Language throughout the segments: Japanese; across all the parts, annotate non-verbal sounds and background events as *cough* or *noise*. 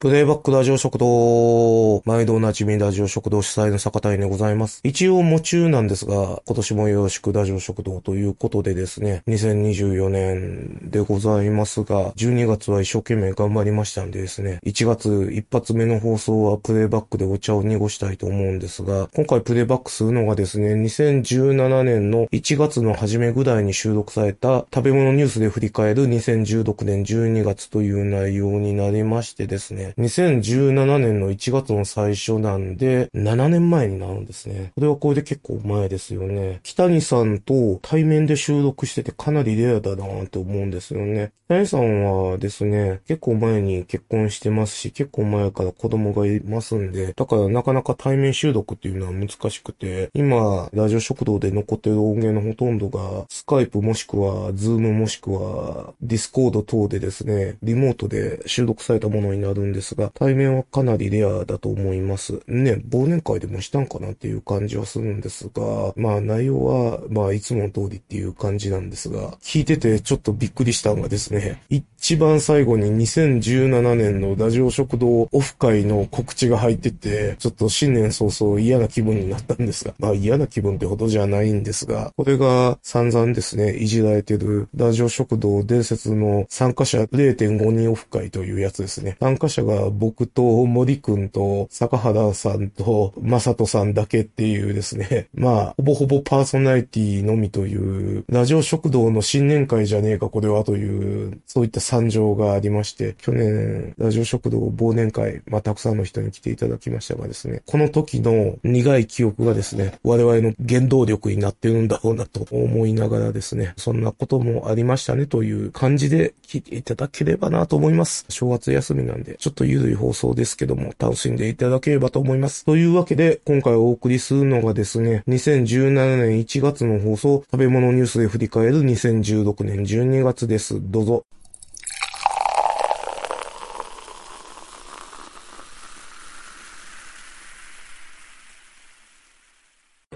プレイバックラジオ食堂。毎度おなじみラジオ食堂主催の坂谷でございます。一応夢中なんですが、今年もよろしくラジオ食堂ということでですね、2024年でございますが、12月は一生懸命頑張りましたんでですね、1月一発目の放送はプレイバックでお茶を濁したいと思うんですが、今回プレイバックするのがですね、2017年の1月の初めぐらいに収録された食べ物ニュースで振り返る2016年12月という内容になりましてですね、2017年の1月の最初なんで、7年前になるんですね。これはこれで結構前ですよね。北谷さんと対面で収録しててかなりレアだなぁと思うんですよね。北谷さんはですね、結構前に結婚してますし、結構前から子供がいますんで、だからなかなか対面収録っていうのは難しくて、今、ラジオ食堂で残ってる音源のほとんどが、スカイプもしくは、ズームもしくは、ディスコード等でですね、リモートで収録されたものになるんですが、対面はかなりレアだと思います。ね、忘年会でもしたんかなっていう感じはするんですが、まあ内容は、まあいつもの通りっていう感じなんですが、聞いててちょっとびっくりしたのがですね、 *laughs* 一番最後に2017年のラジオ食堂オフ会の告知が入ってて、ちょっと新年早々嫌な気分になったんですが、まあ嫌な気分ってほどじゃないんですが、これが散々ですね、いじられてるラジオ食堂伝説の参加者0.5人オフ会というやつですね。参加者が僕と森くんと坂原さんと正人さんだけっていうですね、まあ、ほぼほぼパーソナリティのみという、ラジオ食堂の新年会じゃねえかこれはという、そういった惨状がありまして、去年、ラジオ食堂忘年会、まあ、たくさんの人に来ていただきましたがですね、この時の苦い記憶がですね、我々の原動力になってるんだろうなと思いながらですね、そんなこともありましたねという感じで聞いていただければなと思います。正月休みなんで、ちょっとゆるい放送ですけども、楽しんでいただければと思います。というわけで、今回お送りするのがですね、2017年1月の放送、食べ物ニュースで振り返る2016年12月です。どうぞ。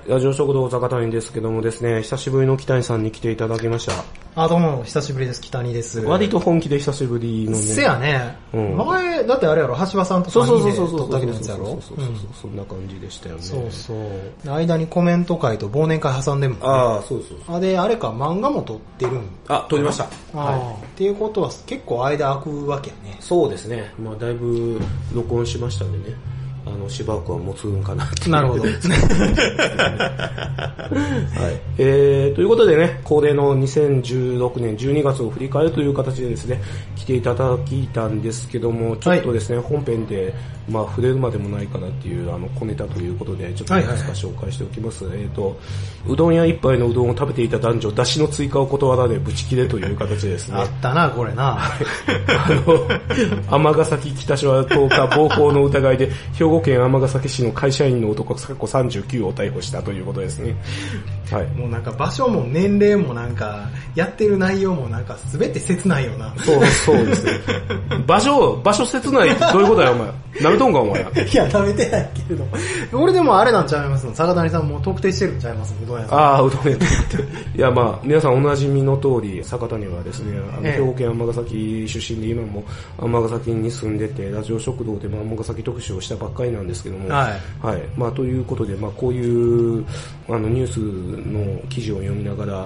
ラジオ食堂坂谷ですけどもですね、久しぶりの北谷さんに来ていただきました。あ、どうも、久しぶりです。北にです。割と本気で久しぶりのね。せやね、うん前、だってあれやろ、橋場さんとそうそう3そうそ人うでそう撮った時のやつやろそうそうそうそうそんな感じでしたよね。うんそうそう。間にコメント会と忘年会挟んでもんね。ああ、そうそうそう。あ、で、あれか、漫画も撮ってるん。あ、撮りました。あーっていうことは結構間空くわけやね。そうですね。まあだいぶ録音しましたんでね。あの、しばらくは持つんかなっていうなるほど。はい。えー、ということでね、恒例の2016年12月を振り返るという形でですね、来ていただきたんですけども、ちょっとですね、本編で、まあ、触れるまでもないかなっていう、あの、小ネタということで、ちょっといくつか紹介しておきます。えっ、と、うどん屋一杯のうどんを食べていた男女、出汁の追加を断られ、ブチ切れという形でですねあ。ったな、これな。あの、尼崎北署は10日暴行の疑いで、兵庫県尼崎市の会社員の男、過去39を逮捕したということですね。はい。もうなんか場所も年齢もなんか、やってる内容もなんか全て切ないよな。そう、そうですね。場所、場所切ないってどういうことや、お前。なめとんか、お前。いや、食べてないけれど。俺でもあれなんちゃいますの坂谷さんもう特定してるんちゃいますうどん屋さん。ああ、うどん屋って言って。いや、まあ、皆さんおなじみの通り、坂谷はですね、あの、ええ兵庫県尼崎出身で、今も尼崎に住んでて、ラジオ食堂でまあ尼崎特集をしたばっかりなんですけども、はい。まあ、ということで、まあ、こういう、あの、ニュースの記事を読みながら、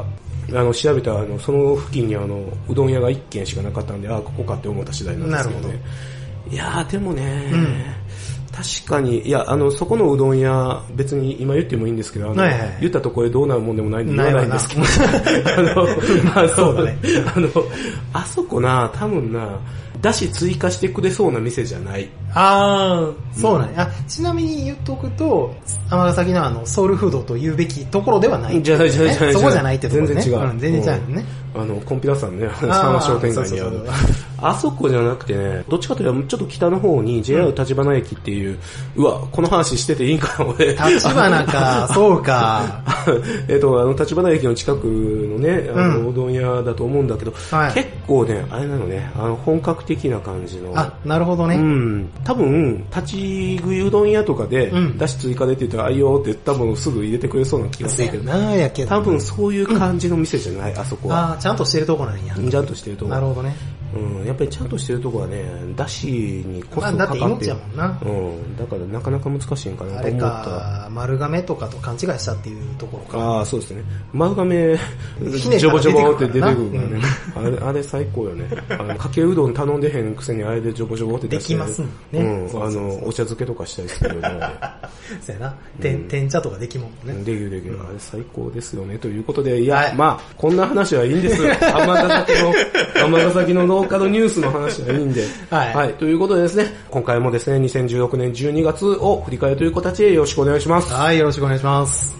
あの、調べた、あの、その付近にあの、うどん屋が1軒しかなかったんで、ああ、ここかって思った次第なんですけどね。なるいやー、でもね、うん確かに、いや、あの、そこのうどん屋、別に今言ってもいいんですけど、あの、はいはい言ったところでどうなるもんでもないんで言わないんですけど、 *laughs* あの、あの、そうだねあの、あそこな、多分な、だし追加してくれそうな店じゃない。ああ、そうなんや、あちなみに言っとくと、尼崎のあの、ソウルフードと言うべきところではない、じゃないじゃないじゃないそこじゃないってところね。全然違うん全然違うのね。あの、コンピューターさんのね、ー三和商店街にあそるうそうそう。あそこじゃなくてね、どっちかというとちょっと北の方に JR 立花駅っていう、うわ、この話してていいんかな、俺。立 *laughs* 花か、そうか。えっと、あの、立花駅の近くのね、あの、うんうどん屋だと思うんだけど、はい結構ね、あれなのね、あの、本格的な感じの。あ、なるほどうね。ん、多分、立ち食いうどん屋とかでう、んだし追加でって言ったら、あいいよって多分すぐ入れてくれそうな気がすせるやけど、なやけど。多分そういう感じの店じゃない、あそこは。ああ、ちゃんとしてるとこなんや。ちゃんとしてると思う。なるほどね。うん、やっぱりちゃんとしてるとこはね、だしにコまスあ、トだかってかっ命てやもんな。うん、だからなかなか難しいんかなあとれ思った。か、丸亀とかと勘違いしたっていうところか。ああ、そうですね。丸 *laughs* 亀、ひねっジたョボらジ出てョくるからなボって出てくるからね。あれ、あれ最高よね。あの、かけうどん頼んでへんくせにあれでジョボジョボって出してできますもんねうん、そあうそうそうの、お茶漬けとかしたりするよね。そうやな。てん、てん茶とかできもんもね。できるできる。あれ最高ですよね。ということで、いや、はいまあ、こんな話はいいん *laughs* です。尼崎の、尼崎の農家のニュースの話はいいんで。はいということでですね、今回もですね、2016年12月を振り返るという形でよろしくお願いします。はい、よろしくお願いします。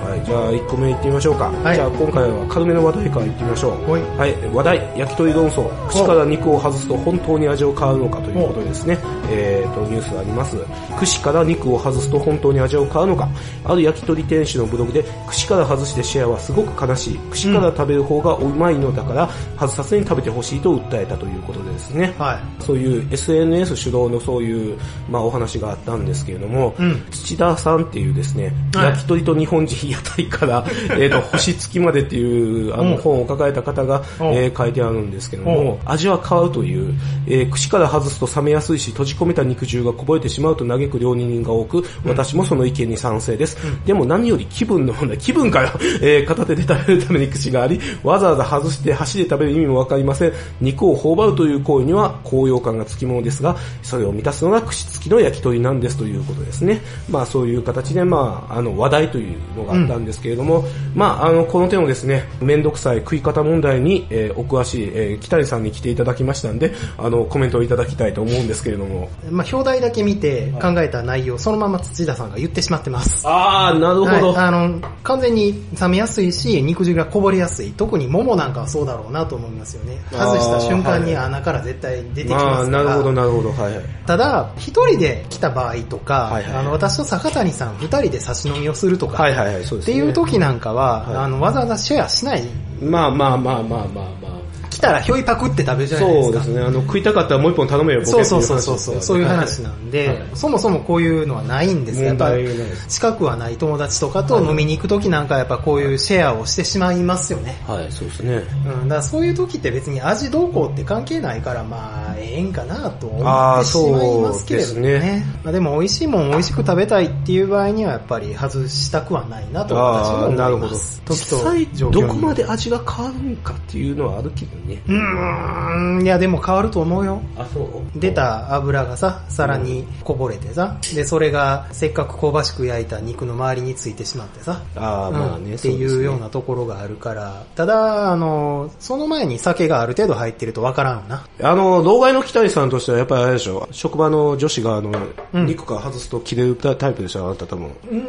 はい、じゃあ1個目いってみましょうか。はいじゃあ今回は軽めの話題からいってみましょう。はいはい、話題、焼き鳥論争。口から肉を外すと本当に味を変わるのかということですね。えーと、ニュースあります。串から肉を外すと本当に味を変わるのか。ある焼き鳥店主のブログで、串から外してシェアはすごく悲しい。串から食べる方がうまいのだから、外さずに食べてほしいと訴えたということでですね。はい。そういう SNS 主導のそういう、まあ、お話があったんですけれども、うん土田さんっていうですね、はい焼き鳥と日本人屋台 *laughs* から、えっと星付きまでっていうあうんの本を抱えた方が、うんえー書いてあるんですけども、味は変わるという、えー串から外すと冷めやすいし閉じ込めた肉汁がこぼれてしまうと嘆く料理人が多く私もその意見に賛成です、でも何より気分の問題気分から、えー片手で食べるために口がありわざわざ外して箸で食べる意味もわかりません肉を頬張るという行為には高揚感がつきものですがそれを満たすのが串付きの焼き鳥なんですということですねまあそういう形でまああの話題というのがあったんですけれども、まああのこの手のですね面倒くさい食い方問題に、えーお詳しい、えー北谷さんに来ていただきましたんであのコメントをいただきたいと思うんですけれどもまあ、表題だけ見て考えた内容、そのまま土田さんが言ってしまってます。ああなるほど、はい、あの、完全に冷めやすいし、肉汁がこぼれやすい。特に桃なんかはそうだろうなと思いますよね。あー外した瞬間にはい穴から絶対出てきままあすなから。るほどなるほどはいはいただ、一人で来た場合とか、はいはいあの、私と坂谷さん二人で差し飲みをするとか、はいはいはいそうでっす、てね、いう時なんかは、はいあの、わざわざシェアしない。まあまあまあまあまあまあ来たらひょいパクって食べるじゃないそですうでか。すねあの食いたかったらもう一本頼めよボケそうそうそうそうそう、そういう話ななんで、はいはいそもそもこういうのはないんですよ。やっ問ぱ題ないです近くはない友達とかと飲みに行く時なんかはやっぱこういうシェアをしてしまいますよね。はいそうですねうん、だからそういう時って別に味どうこうって関係ないから、まあ、ええんかなと思あっーてしまいますけれどもそね。うですねまあ、でも美味しいもん美味しく食べたいっていう場合にはやっぱり外したくはないなと私はああ思います。なるほど時と実際状況どにこまで味が変わるんかっていうのはあるけどねうーん、いやでも変わると思うよ。あそう出た油がさ、皿にこぼれてさ、で、それがせっかく香ばしく焼いた肉の周りについてしまってさ、ああまあね、うんっそてですねいうようなところがあるから、ただ、あの、その前に酒がある程度入ってるとわからんわな。あの、老害の北井さんとしてはやっぱりあれでしょ、職場の女子があの、うん肉から外すと切れるタイプでしょ、あなた多分。うんう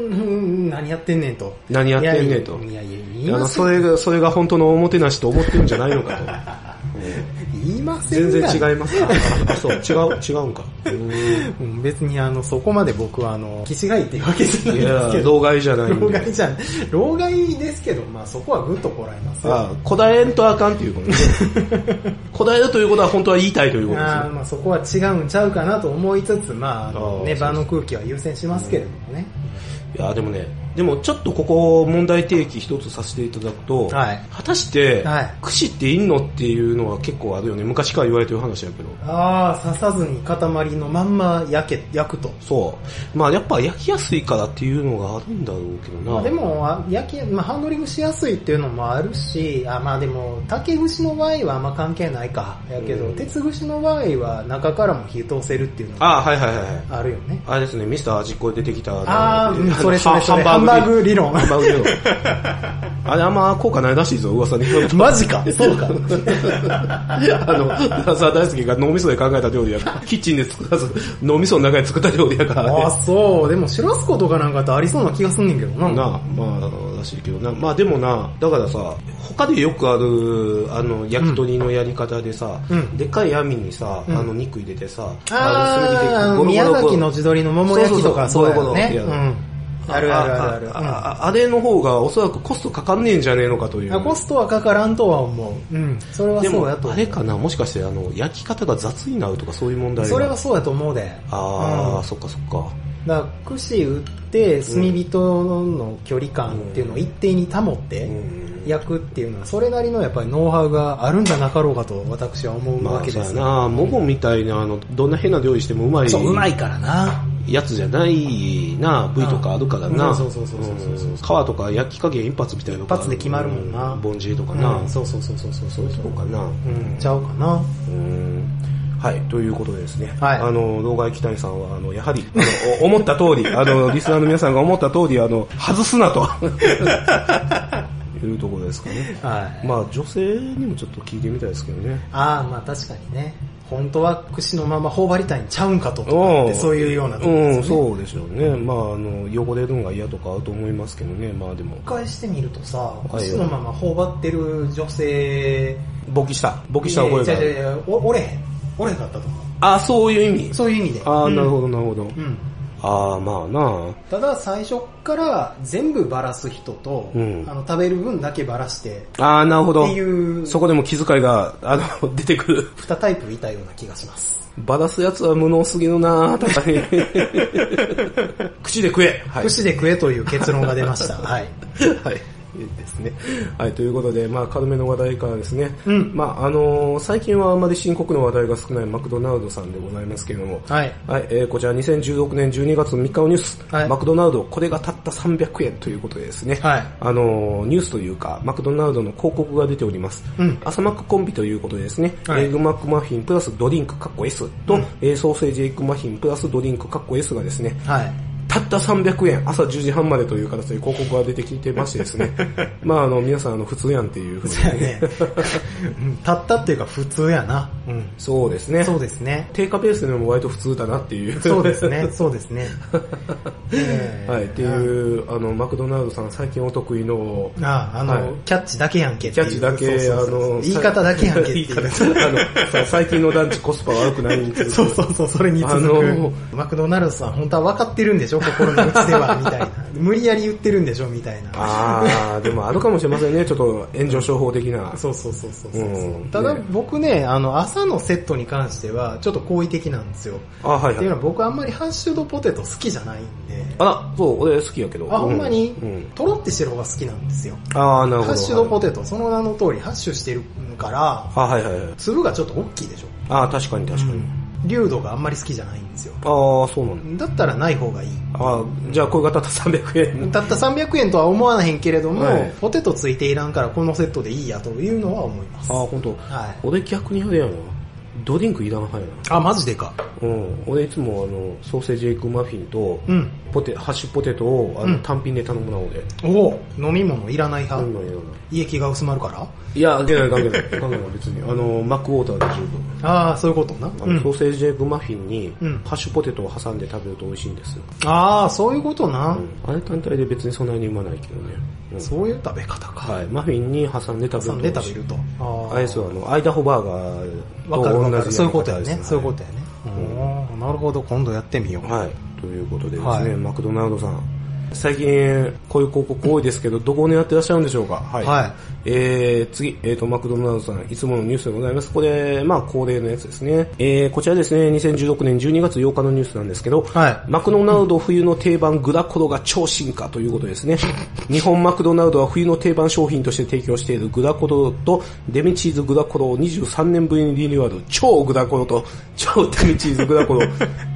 ん、何やってんねんと。何やってんねんと。いやいや、あ言いまの、せん。それが、それが本当のおもてなしと思ってるんじゃないのかと。言いませ *laughs* ん全が然違いますか。あ *laughs* そう、違う、違うん *laughs* か。うんうん別にあの、そこまで僕はあの、気違いっていうわけじゃないいですやけ、ど。老害じゃないん老で。害じゃん。老害ですけど、まあそこはぐっとこらえますよ。ああ、こだえんとあかんっていうことね。 *laughs* こだえるということは本当は言いたいということですあねー。まあそこは違うんちゃうかなと思いつつ、まあああの、ーね、場の空気は優先しますけれどもね。いや、でもね、でもちょっとここ問題提起一つさせていただくと、はい果たして、はい串っていんのっていうのは結構あるよね。昔から言われてる話やけど。ああ、刺さずに塊のまんま焼け、焼くと。そう。まあやっぱ焼きやすいからっていうのがあるんだろうけどな。まあ、でも、あ焼き、まあ、ハンドリングしやすいっていうのもあるし、あまあでも、竹串の場合はあんま関係ないか。やけど、うん鉄串の場合は中からも火通せるっていうのがああ、はいはいはいはい。あるよね。あれですね、ミスター味っ子で出てきた。あーうんのそれそれそれハンンバーグ理論ハ。ンバーグ理論。あれあんま効果ないらしいぞ、噂に。 *laughs* マジか。そうか。あの、ダンサー大好きが脳みそで考えた料理や *laughs* から、キッチンで作らず、脳みその中で作った料理やからあね。あ、そう。でも、シュラスコとかなんかってありそうな気がすんねんけどな。なあ、まあ、らしいけどな。まあでもな、だからさ、他でよくある、あの、焼き鳥のやり方でさ、うんでっかい網にさ、うんあの、肉入れてさ、あーあのの、宮崎の地鶏の桃焼きとかそうやろね。そうそうそうゴロゴロゴロゴロうん。あるあるあるあある。うんあああれの方がおそらくコストかかんねえんじゃねえのかという。あコストはかからんとは思う。うん。それはでそうも、やとあ思れかな、もしかしてあの、焼き方が雑になるとかそういう問題う。がそれはそうやと思うで。ああ、うんそっかそっか。だから、串打って、炭火との距離感っていうのを一定に保って、うん焼くっていうのは、それなりのやっぱりノウハウがあるんじゃなかろうかと私は思うまわあ、けそうでやす、な、モモみたいな、あの、どんな変な料理してもうまい。そう、うまいからな。やつじゃないな、部位とかあるからな。うんそうそうそうそうそうそうん皮とか焼き加減一発みたいなのがある一発で決まるもんなボンジーとかな。うんそうそうそうそうそうそう。そうかな。うん、ちゃうかな。うんはい、ということでですね。はいあの、老害期待さんは、あの、やはり、あの、お *laughs* 思った通り、あの、リスナーの皆さんが思った通り、あの、外すな *laughs* と。いうところですかね。はい。まあ、女性にもちょっと聞いてみたいですけどね。ああ、まあ確かにね。本当は串のまま頬張りたいんちゃうんかととかって、そういうようなところうですん、ね。そうでしょうね。まあ、あの、汚れるのが嫌とかあると思いますけどね。まあ、でも。返してみるとさ、い串のまま頬張ってる女性、勃起した。勃起した覚えがあいやいる。やいやお折れへん。折れへんかったと思あ、そういう意う。味。そういう意味で。ああ、なるほど。ど、なるほど。うん。ああ、まあなただ最初から全部ばらす人と、うんあの食べる分だけばらしてっああー、なるほどて。いうそこでも気遣いが、あの、出てくる。 2タイプいたような気がします。バラすやつは無能すぎるなぁ、確 *laughs* かに。口で食え。はい。串で食えという結論が出ま *laughs* した。はい。はい。ですね。はい、ということで、まあ、軽めの話題からですね。うんまあ、あのー最近はあまり深刻な話題が少ないマクドナルドさんでございますけれども。はい。はい、えー、こちら2016年12月3日のニュース。はいマクドナルド、これがたった300円ということでですね。はい。あのーニュースというか、マクドナルドの広告が出ております。うん朝マックコンビということでですね、はエいッグマックマフィンプラスドリンクかっこ S と、えーソーセージエッグマフィンプラスドリンクかっこ S がですね、はい。たった300円、朝10時半までという形で広告が出てきてましてです *laughs* ね、まああの皆さんあの普通やんっていうふうに、ね、 *laughs* うんたったっていうか普通やな。うん。そうですね。そうですね。定価ベースでも割と普通だなっていう。そうですね。そうです *laughs* ね。えーはい、っていう、あの、マクドナルドさん最近お得意の、ああ、あの、はいキャッチだけやんけっキていャう。ッチだけ、そうそうそうあの、言い方だけやんけって言い。いう方あのさ、最近の団地コスパ悪くないんですそうそうそう、それに続く。あのマクドナルドさん、本当は分かってるんでしょ心の内では、みた *laughs* いな。無理やり言ってるんでしょみたいな。ああ、でもあるかもしれませんね、ちょっと炎上商法的な。そうそうそうそうそう、うんただね僕ね、あの、朝のセットに関しては、ちょっと好意的なんですよ。あはいっていうはい。のは僕あんまりハッシュドポテト好きじゃないんで、あら、そう、俺好きやけど。あ、ほんまに、うんうんとろってしてる方が好きなんですよ。ああ、なるほど。ハッシュドポテテト、その名の通りハッシュしてるから、あはいはいはい。粒がちょっと大きいでしょ。ああ、確かに確かに。粒度があんまり好きじゃないんですよ。ああ、そうなんだ。だったらない方がいい。ああ、じゃあこれがたった300円。たった300円とは思わへんけれども、はいポテトついていらんからこのセットでいいやというのは思います。ああ、ほんと。はい。俺逆にあれやな。ドリンクいらん派やな。あ、マジでか。うん。俺いつもあの、ソーセージエッグマフィンと、うん。ポテ、ハッシュポテトをあうのん単品で頼むな、俺。おお飲み物いらない頼派。むのいらない胃液が薄まるからいや、関係ない関係ない。関係ない、別に。あの、マックウォーターで十分。ああ、そういうことな。あうのソんー、セージエッグマフィンに、うんハッシュポテトを挟んで食べると美味しいんですよ。ああ、そういうことな、うんあれ単体で別にそんなにうまないけどね。うんそういう食べ方か。はい。マフィンに挟んで食べると挟ん美で味し食いべると。ああれですよ、あの、アイダホバーガわかるーわとか同る。じそういうことやですね。そういうことやね。おーなるほど、今度やってみよう。はい。ということでですね、はいマクドナルドさん。最近、こういう広告多いですけど、どこを狙ってらっしゃるんでしょうかはい。はいえー、次、えっ、と、マクドナルドさん、いつものニュースでございます。これ、まあ、恒例のやつですね。えー、こちらですね、2016年12月8日のニュースなんですけど、はいマクドナルド冬の定番グラコロが超進化ということ *laughs* ですね。日本マクドナルドは冬の定番商品として提供しているグラコロとデミチーズグラコロを23年ぶりにリニューアル、超グラコロと超デミチーズグラコロ、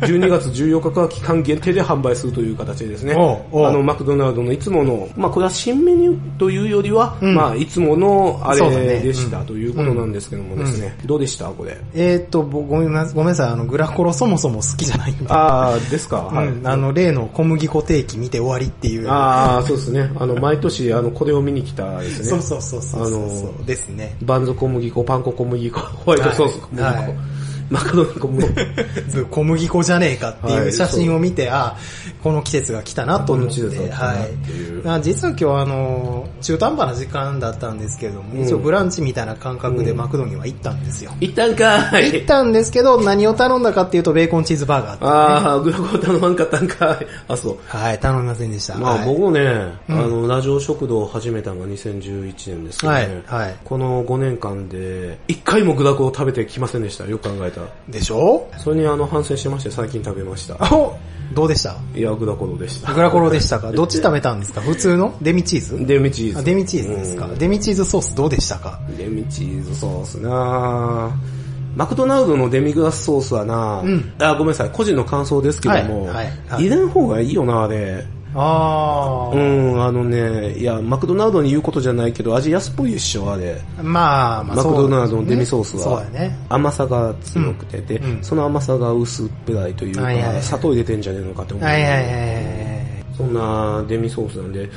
12月14日から期間限定で販売するという形でですね。おうおうおうあの、マクドナルドのいつもの、まあこれは新メニューというよりは、うんまあいつものあそうだねれでした、うんということなんですけどもですね。どうでしたこれ。えーっと、ぼごめんなごめんなさい、あの、グラコロそもそも好きじゃないんで。ああ、ですか。はい。うん、あの、例の小麦粉定期見て終わりっていう。ああ、そうですね。あの、毎年、あの、これを見に来たですね。そうそうそうそうそうそう、あのですね。バンズ小麦粉、パン粉小麦粉、ホワイトソース小麦粉、はいはいマカロニ小 *laughs* 麦粉。ず小麦粉じゃねえかってはいいう写真を見て、あこの季節が来たなと思っこの季節て、が来たなはっていうい。あ実は今日あの、中途半端な時間だったんですけども、一応ブランチみたいな感覚でマクドには行ったんですよ。一旦か行っい。たんですけど、何を頼んだかっていうと、ベーコンチーズバーガーって。ああ、グラコ頼まんかったんかい。あ、そう。はい、頼みませんでした。まあ、はい僕もね、あの、ラジオ食堂を始めたのが2011年ですよね。はいはいこの5年間で、一回もグラコを食べてきませんでした。よく考えたら。でしょそれにあの、反省してまして、最近食べました。 *laughs* おどうでしたいや、グラコロでした。グラコロでしたかどっち食べたんですか普通のデミチーズデミチーあズ。デミチーズですかデミチーズソースどうでしたかデミチーズソースなぁマクドナルドのデミグラスソースはなぁ、うんあごめんなさい、個人の感想ですけども、はいはいはい入れん方がいいよなあれ。あうー。ん、あのね、いや、マクドナルドに言うことじゃないけど、味安っぽいっしょ、あれ。まあ、まあ、マクドナルドのデミソースそうはだね。甘さが強くて、で、うんその甘さが薄っぺらいというか、はいはいはい砂糖入れてんじゃねえのかって思う。はいはいはい。そんなデミソースなんで、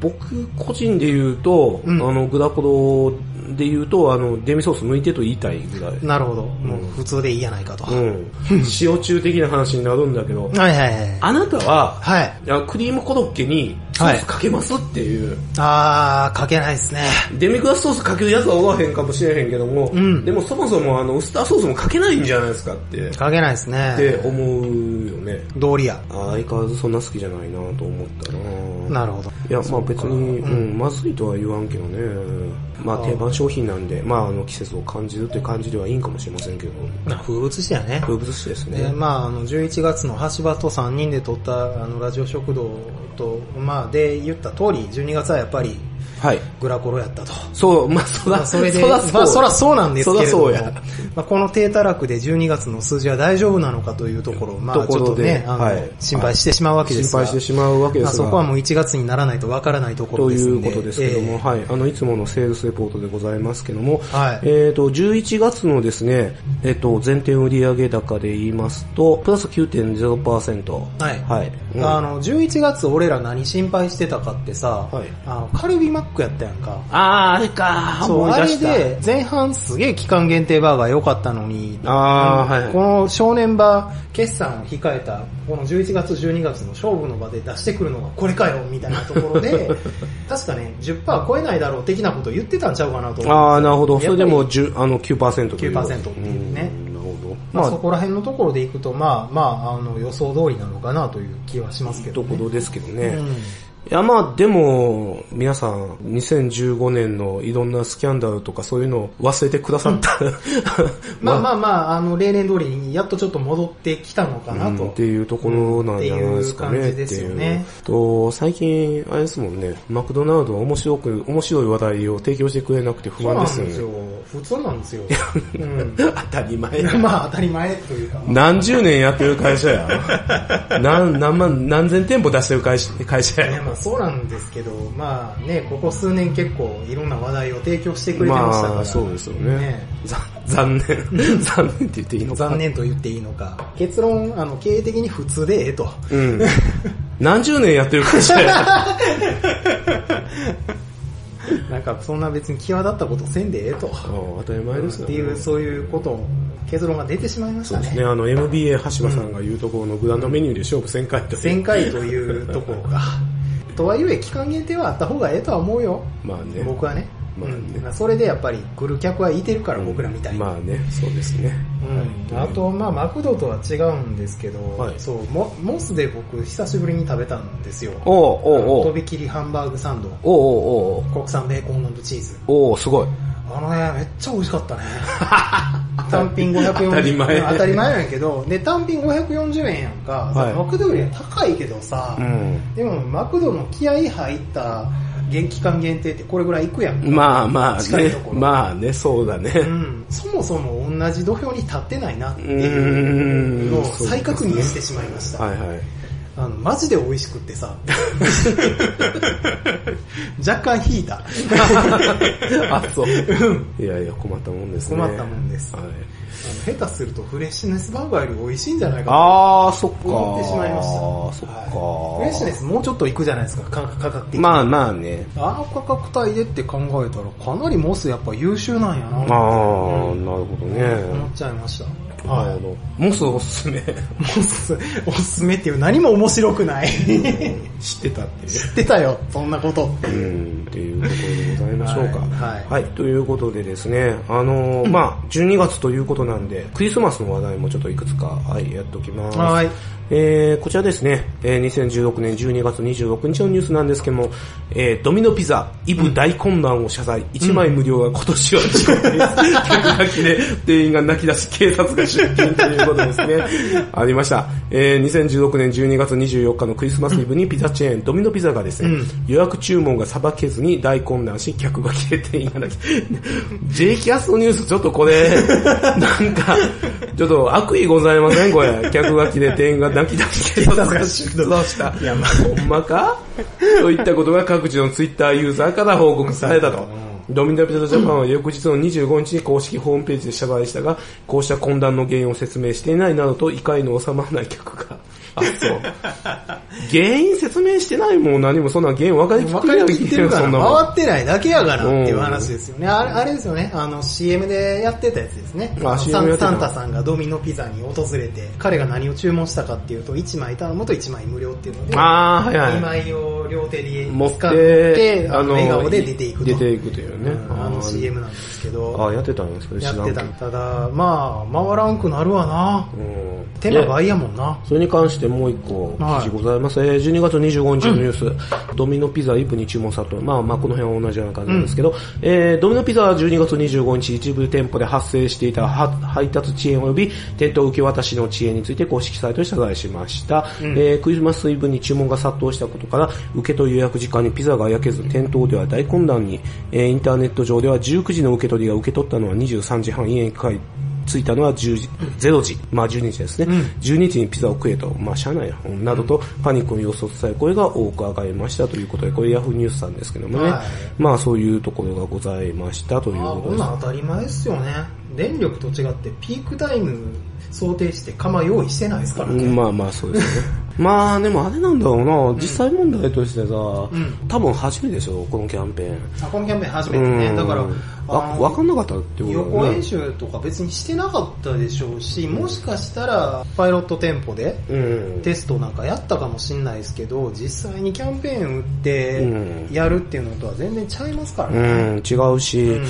僕個人で言うと、うんあの、グラコロで言うと、あの、デミソース抜いてと言いたいぐらい。なるほど。もう普通でいいやないかと。はうい *laughs* ん。使用中的な話になるんだけど、はいはい。あなたは、はい。いやクリームコロッケにソースかけますっていう、あー、かけないですね。デミグラスソースかけるやつはおらへんかもしれへんけども、んでもそもそもあの、ウスターソースもかけないんじゃないですかって、っかけないですてね。思うよね。道理や。あ相変わらずそんな好きじゃないなと思ったななるほど。いや、まあ別に、うん、まずいとは言わんけどね。まあ定番商品なんで、まああの季節を感じるって感じではいいんかもしれませんけど、な風物詩やね。風物詩ですで、ね。まあ、あの、11月の橋場と3人で撮った、あの、ラジオ食堂と、まあ、で、言った通り、12月はやっぱり、はい。グラコロやったと。そう、まあそまら、あ、それで、そまらあ、そう。そらそうなんですけれども、そらそうやまあ、この低たらくで12月の数字は大丈夫なのかというところ、まあ、とちこょっとろでね、あの、はい心配してしまうわけで心すが、配してしまうわけでまあ、すそが。こはもう1月にならないとわからないところとでいすうのでことですけども、えはい。あの、いつものセールスレポートでございますけども、はいえっ、と、11月のですね、えっ、と、前店売上高で言いますと、プラス9.0%。はいはい。えあの、11月俺ら何心配してたかってさ、はいあの、カルビマックやったやんか。あー、あれかそう、思いあ出れしたで、前半すげえ期間限定バーガー良かったのに、あー、はい。この正念場決算を控えた、この11月、12月の勝負の場で出してくるのがこれかよ、みたいなとこ *laughs* ろで、確かね、10%超えないだろう的なことを言ってたんちゃうかなと思う。ああ、なるほど。やっぱそりれでも10、あの、9%という。 9%っていうねんなるほど。ままあ、あ、そこら辺のところでいくと、まあまあ、あの、予想通りなのかなという気はしますけど、ところですけどね。うんいや、まあ、でも、皆さん、2015年のいろんなスキャンダルとかそういうのを忘れてくださった。 *laughs* まあまあまあ、あの、例年通りにやっとちょっと戻ってきたのかなうんとって。いうところなんじゃないですかね。っていう感じですよねっていうと、最近、あれですもんね、マクドナルドは面白く、面白い話題を提供してくれなくて不そう安なでんすよでね。すよ。普通なんですよ。うん。 *laughs* 当たり前や。まあ、当たり前というか。何十年やってる会社 *laughs* や。何、何万、何千店舗出してる会社会社いやや。まあそうなんですけど、まあね、ここ数年結構いろんな話題を提供してくれてましたから、まあ、そうですよね。ねざ残念。残念って言っていいのか。残念と言っていいのか、結論、あの、経営的に普通でええと。 *laughs* うん。何十年やってる会社 *laughs* や。なんかそんな別に際立ったことせんでええと。あ当たり前ですっよてね。いう、そういうことを、結論が出てしまいましそたうですね。ね。あの、MBA 橋場さんが言うところのグランドメニューで勝負1000回と。 1000回というところが。とはいえ、期間限定はあった方がええとは思うよ。まあね。僕はね。まあねうんそれでやっぱり来る客はいてるから、僕らみたいに。まあね、そうですね。うん、あと、まあ、マクドとは違うんですけど、はいそうモモスで僕久しぶりに食べたんですよおうおうおとう。びきりハンバーグサンドおうおうおう国産ベーコンチーズおうすごい。あのねめっちゃ美味しかったね *laughs* 単品540円当たり前うん当たり前やねんけどで単品540円やんか、はいマクドよりは高いけどさ、うん。でもマクドの気合入った元期間限定ってこれぐらいいくやんかまあまあ近いねとこ。ろまあね、そうだね。うん、そもそも同じ土俵に立ってないなってういうーん。のを再確認してしまいました。はいはい。あの、マジで美味しくっ *laughs* てさ、若干引いた。 *laughs* あ、そう。いやいや、困ったもんですね。困ったもんですはい。あの下手するとフレッシュネスバーガーより美味しいんじゃないかとあー、そっか。思ってしまいました。あー、そっか。はいフレッシュネスもうちょっといくじゃないですか、価格価格的に。まあまあね。あの価格帯でって考えたら、かなりモスやっぱ優秀なんやあー、ななるほど思っね。ちゃいました。なはるい。ほど。モスおすすめ。おすすおすすめっていう何も面白くない。知 *laughs* 知ってたっていう。ってたよ、そんなこと。うん、っていうところでございましょうか。はいはいということでですね、あのーまあ、12月ということなんで、クリスマスの話題もちょっといくつか、はい、やっておきます。はい。えー、こちらですね、えー、2016年12月26日のニュースなんですけども、えー、ドミノピザ、イブ大混乱を謝罪、1枚無料が今年は遅刻です。客書きで店員が泣き出し、警察が出勤ということですね。ありました。えー、2016年12月24日のクリスマスイブにピザチェーン、ドミノピザがですね、予約注文がさばけずに大混乱し、客が消えていか *laughs* なきゃ。ジェイキャスのニュース、ちょっとこ *laughs* れ、なんか、ちょっと悪意ございません、これ。客が切れ、店員が泣き出して、警察が出動した。いや、まあ、ほんまかといったことが各地のツイッターユーザーから報告されたと。ドミノピザジャパンは翌日の25日に公式ホームページで謝罪したが、こうした混乱の原因を説明していないなどと怒りの収まらない客が。あ、そう。 *laughs* 原因説明してないもん何もそんな原因分かりきっ分てかるりやんきってるかそら、んなもん回ってないだけやからっていう話ですよね。あれあれですよね、あの CM でやってたやつですね。ああの CM サやンってたサンタさんがドミノピザに訪れて、彼が何を注文したかっていうと、1枚頼むと1枚無料っていうので、あー、はいはい。 2枚を両手に持っ使ってて、、あの笑顔で出ていくと。出ていくというね。うんあの CM なんですけど、あ、やってたんですけど、やっけてどた。ただ、まあ、回らんくなるわな。うん手間倍やもんな。それに関してもう一個記事ございます。えー12月25日のニュース、ドミノピザイブに注文された。まあまあこの辺は同じような感じなんですけど、えードミノピザは12月25日一部店舗で発生していたは配達遅延及び店頭受け渡しの遅延について公式サイトで謝罪しました。えークリスマスイブに注文が殺到したことから、受け取り予約時間にピザが焼けず、店頭では大混乱に、えーインターネット上では19時の受け取りが受け取ったのは23時半家に帰着いたのは10時、0時、まあ12時ですね。12時にピザを食えと、まあ社内や、うんなどとパニックの様子を伝える声が多く上がりましたということで、これヤフーニュースさんですけどもね、はいまあそういうところがございましたというあことこでんす。なん当たり前ですよね。電力と違ってピークタイム想定して釜用意してないですからうんね。まあまあそうですよね。 *laughs* まあでもあれなんだろうな、実際問題としてさ、多分初めてでしょ、このキャンペーン。あこのキャンペーン初めてね。だから、わあのわかんなかったってこと予行演習とか別にしてなかったでしょうし、もしかしたらパイロット店舗でうん。テストなんかやったかもしんないですけど、実際にキャンペーン打っうてやるっていうのとは全然ちゃいますからうね。ん、違うし、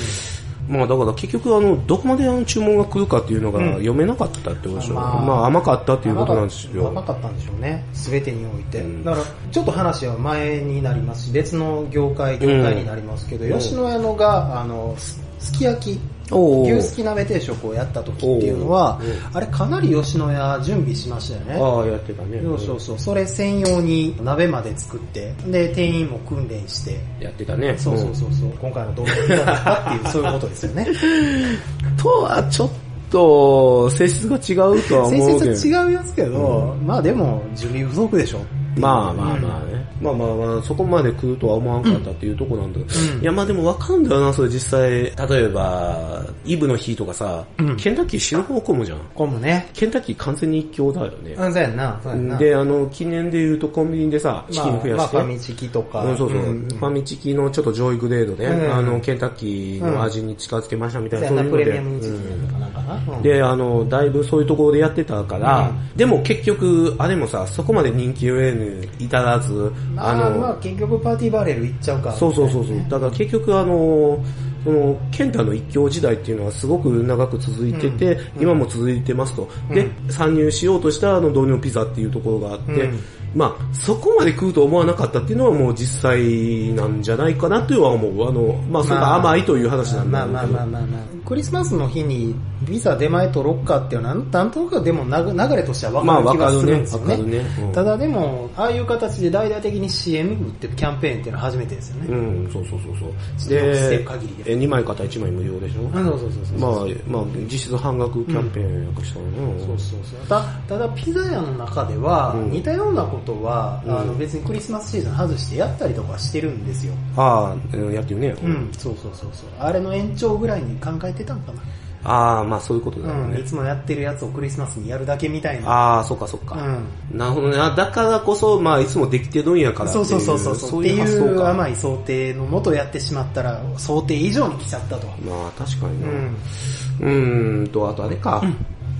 まあだから結局あの、どこまであの注文が来るかっていうのが読めなかったってことでしょ。まあまあ甘かったっていうことなんですよ。甘かったんでしょうね。すべてにおいて。んだから、ちょっと話は前になりますし、別の業界、業界になりますけど、うん吉野家のが、あの、すすき焼き。おうおう牛すき鍋定食をやった時っていうのは、あれかなり吉野家準備しましたよね。ああ、やってたね。そうそうそう。それ専用に鍋まで作って、で、店員も訓練して、やってたね。そうそうそうそう、今回の動画見たかった *laughs* っていう、そういうことですよね。うんとはちょっと、性質が違うとは性思うけど。質違うやつけど、まあでも、準備不足でしょ。まあまあまあね。まあまあまあ、そこまで来るとは思わんかったっていうとこなんだけど。いやまあでもわかんだよな、それ実際。例えば、イブの日とかさ、ケンタッキー死ぬ方混むじゃん。混むね。ケンタッキー完全に一強だよね。うん、そうやんな、そうやんな。で、あの、記念で言うとコンビニでさ、チキン増やまあ、まあしフて。ァミチキとか。うん、そうそう、んファミチキのちょっと上位グレードで、うんあの、ケンタッキーの味に近づけましたみたそいうな、やそんうな、いうプのレで。ミアムチキうんンとかなんかな。うんで、あの、だいぶそういうところでやってたから、でも結局、あれもさ、そこまで人気上に至らず、まあ、まあ、結局パーティーバレル行っちゃうから。そうそうそうそう。だから結局あの、その、ケンタの一強時代っていうのはすごく長く続いてて、今も続いてますと。で、参入しようとしたあの、ドミノピザっていうところがあって、うんまあ、そこまで食うと思わなかったっていうのはもう実際なんじゃないかなというは思う。あの、まあ、それが甘いという話なんまだあけど。まあまあまあまあ。クリスマスの日にビザ出前取ろっかっていうのは、なんとなくでもな流れとしては分かる気がするんですよまあわね。かるねわかるねうんただでも、ああいう形で大々的に CM 打ってるキャンペーンっていうのは初めてですよね。うん、そうそうそうそう。してで、限りですえ2枚買ったら1枚無料でしょ。あそうそうそうそう。まあ、まあ、実質半額キャンペーンやかしたのね。そうそうそうたただピザ屋の中では似たようなこことは、あの別にクリスマスシーズン外してやったりとかしてるんですよ。ああ、やってるね。うん、そうそうそうそう。あれの延長ぐらいに考えてたんかな。ああ、まあそういうことだようん、いね。つもやってるやつをクリスマスにやるだけみたいな。ああ、そっかそっか。うん。なるほどね。あだからこそ、まあ、いつもできてるんやからってそいうう。そうそうそうそう。って発い想うか甘い想定のもとやってしまったら、想定以上に来ちゃったと。まあ、確かにうな。ん。うーんと、あとあれか、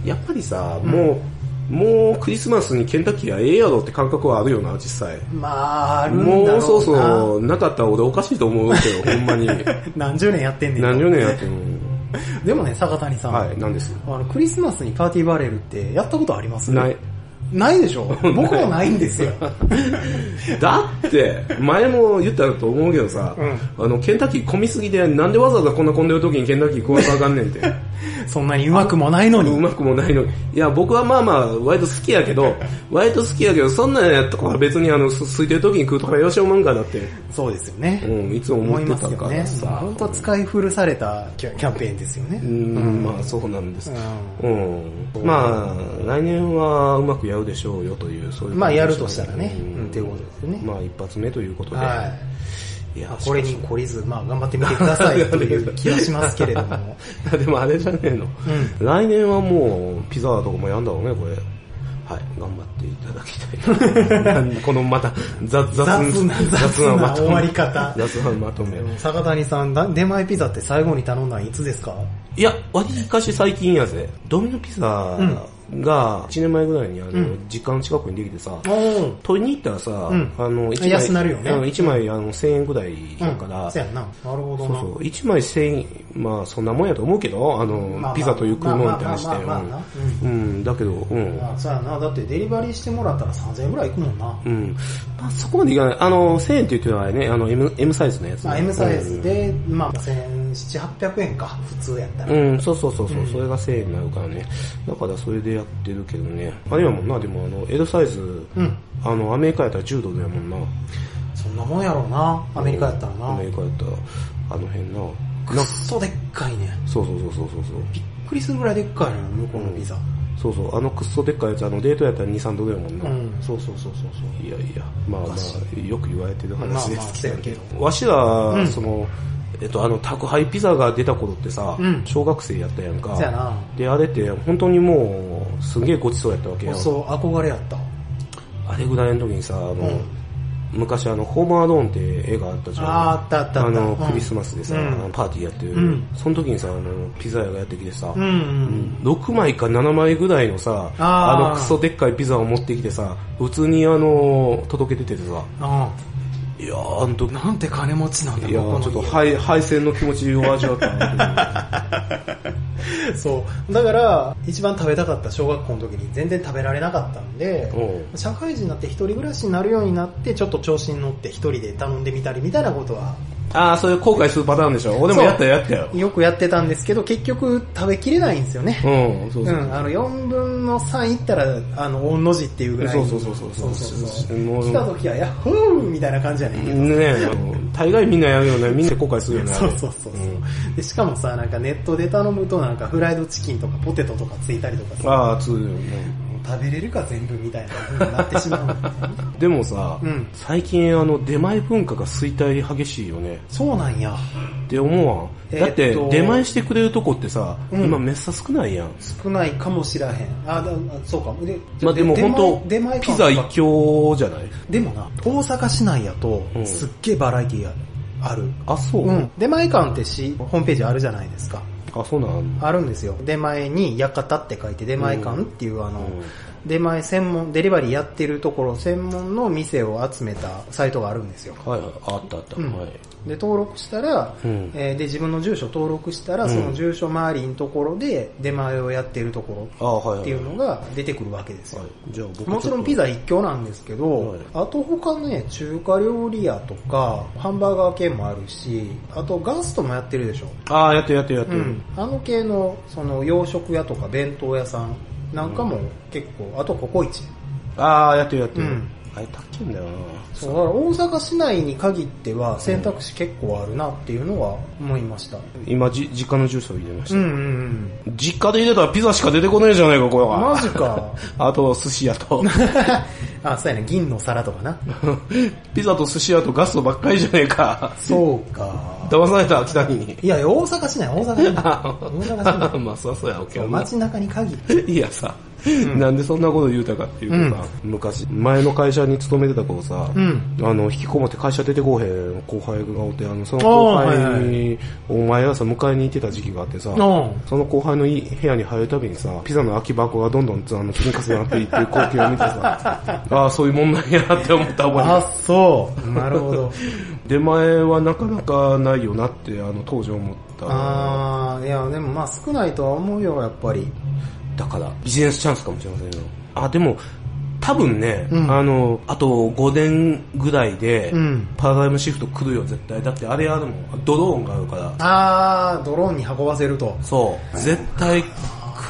やっぱりさ、もう、もうクリスマスにケンタッキーはええやろって感覚はあるよな、実際。まあ、あるんだろもうな。うそうそう、なかったら俺おかしいと思うけど、ほんま *laughs* に。何十年やってんねんと何十年やっても。でもね、坂谷さん。はい、なんです。あの、クリスマスにパーティーバレルってやったことありますない。。ないでし *laughs* ょ僕もないんですよ。だって、前も言ったと思うけどさ、あの、ケンタッキー混みすぎて、なんでわざわざこんな混んでる時にケンタッキー食わなあかんねんっ *laughs* て。 *laughs* そんなにうまくもないのうに。まくもないのに。いや、僕はまあまあ、割と好きやけど、割と好きやけど、そんなんやったから別にあの、す空いてる時に食うとかよしおまんかだって。そうですよね。うん、いつも思思っいてますたよかねら。さ。本当使い古されたキャキャンペーンですよね。うん、まあそうなんですう。うん。まあ、来年はうまくやるでしょうよという、そういう。まあやるとしたらねうんうんっていうことですよねまあ一発目ということで。はい。いや、これに懲りず、まあ頑張ってみてくださいという気がしますけれども。し *laughs* かし。でもあれじゃねえの。来年はもう、ピザとかもやんだろうね、これ。はい、頑張っていただきた *laughs* い。このまた、雑、雑雑な、雑なまとめ終わり方。雑なまとめで。も *laughs* 坂谷さん、だ出前ピザって最後に頼んだのいつですかいや、わりかし最近やぜ。ドミノピザが、1年前ぐらいにあの、実家の近くにできてさ、お取りに行ったらさ、んあの、一枚、安なるよねうん一枚あの1000円ぐらいだかうら、ん、そやんな。なるほどそうな。そう、1枚1000円、まあそんなもんやと思うけど、あの、まあピザという食い物に対して。まあまあまあまあまあうん、うんだけど、うん。まあ、そうやな。だってデリバリーしてもらったら3000円ぐらいいくもんな。うん。まあそこまでいかない。あの、1000円って言ってるのはね、あの M、M サイズのやつ、ね。まあ、M サイズで、まあ、1700、800円か。普通やったら。うん、そうそうそうそう、それが1000円になるからね。だからそれでやってるけどね。あれやもんな、でもあの、L サイズ、うんあの、アメリカやったら10ドルやもんな。そんなもんやろうな。アメリカやったらアなメ。リカやったら、あの辺な。くっそでっかいね。そうそうそうそうそうそう。びっくりするぐらいでっかいのよ、向こうのピザ。そうそう、あのクソでっかいやつ、あの、デートやったら2、3ドルやもんな。うん、そうそうそうそうそう。いやいや、まあまあ、よく言われてる話でまあまあすけどね、そうやけわしら、その、えっと、あの、宅配ピザが出た頃ってさ、うん小学生やったやんか。そうやなで、あれって、本当にもう、すげえごちそうやったわけやん。そう、憧れやった。あれぐらいの時にさ、あの、ん昔あの、ホームアローンって映画あったじゃん。あーあったあったあったあの、うんクリスマスでさ、うんあのパーティーやってる、うんその時にさ、あの、ピザ屋がやってきてさ、うん、うん。 6枚か7枚ぐらいのさ、あーのクソでっかいピザを持ってきてさ、普通にあの、届けててさ、あいやー、あの時あ。なんて金持ちなんだ、いやここー、ちょっとの家敗敗戦の気持ちを味わったなそう。だから、一番食べたかった小学校の時に全然食べられなかったんで、 *laughs* う社会人になって一人暮らしになるようになって、ちょっと調子に乗って一人で頼んでみたりみたいなことは、あー、それ後悔するパターンでしょ俺もそうやったよやったよ。よくやってたんですけど、結局食べきれないんですよね。うん、そううそう。ん、あの、4分の3いったら、あの、御の字っていうぐらいそうに。そうそうそうそうそうそうもう来た時は、ヤッホーみたいな感じやねんけどねえ、あの大概みんなやるよね。みんな後悔するよね。あそれうそうそうそう、で。しかもさ、なんかネットで頼むとなんかフライドチキンとかポテトとかついたりとかさ、ああ、つうよね。もう食べれるか全部みたいな風になってしまうんだよ *laughs* ね。でもさ、うん最近あの、出前文化が衰退激しいよね。そうなんや。って思わん。だって、えーっと出前してくれるとこってさ、うん今めっさ少ないやん。少ないかもしらへん。あ、だあそうか。で、まあでも出前本出前当館ピザ一強じゃないでもな、大阪市内やとうんすっげえバラエティある。あ、そう、うん。出前館ってし、ホームページあるじゃないですか。あ、そうなんあるんですよ。出前に、館って書いて、出前館っていうあの、うん出前専門、デリバリーやってるところ専門の店を集めたサイトがあるんですよ。はいはい、あったあった。うんはい。で、登録したら、うんえーで、自分の住所登録したら、その住所周りのところで出前をやってるとこあ、はい、はろい。っていうのが出てくるわけですよ。はい、じゃあ僕もちろんピザ。ザ一強なんですけど、はいあと他ね、中華料理屋とか、ハンバーガー系もあるし、あとガストもやってるでしょ。ああ、やってるやってるやってうる。ん、あの系のその洋食屋とか弁当屋さんなんかも結構、あとココイチああ、やってるやってる。うんあれ、高いんだよな。そうだから大阪市内に限っては選択肢結構あるなっていうのは思いました今、じ、実家の住所入れましうた。んうん実家で入れたらピザしか出てこねえじゃないか、これうんは。マジかあと、寿司屋と。 *laughs* あ、そうやね、銀の皿とかな。ピザと寿司屋とガストばっかりじゃねえか。そうか。騙された、北に。いや、大阪市内、大阪市 *laughs* 内。大阪市まあ、そりゃそうや、オッケ *laughs* 内。ー。街中に鍵。いやさ、なんでそんなこと言うたかっていうとさ、昔、前の会社に勤めてた子さ、うんあの、引きこもって会社出てこうへん後輩がおって、あの、その後輩に、あーはいお前がさ、迎えに行ってた時期があってさ、うんその後輩のい部屋に入るたびにさ、ピザの空き箱がどんどんあの積み重なっていってる光景を見て *laughs* さ、ああ、そういうもんなんやなって思った覚えがあ、そう。なるほど。出前はなかなかないよなって、あの、当時思った。 *laughs* あー、いや、でもまあ少ないとは思うよ、やっぱり。だから、ビジネスチャンスかもしれませんよ。あ、でも、多分ね、うんあの、あと5年ぐらいで、うんパラダイムシフト来るよ、絶対。だってあれあるもん、ドローンがあるから。あー、ドローンに運ばせると。そう、絶対来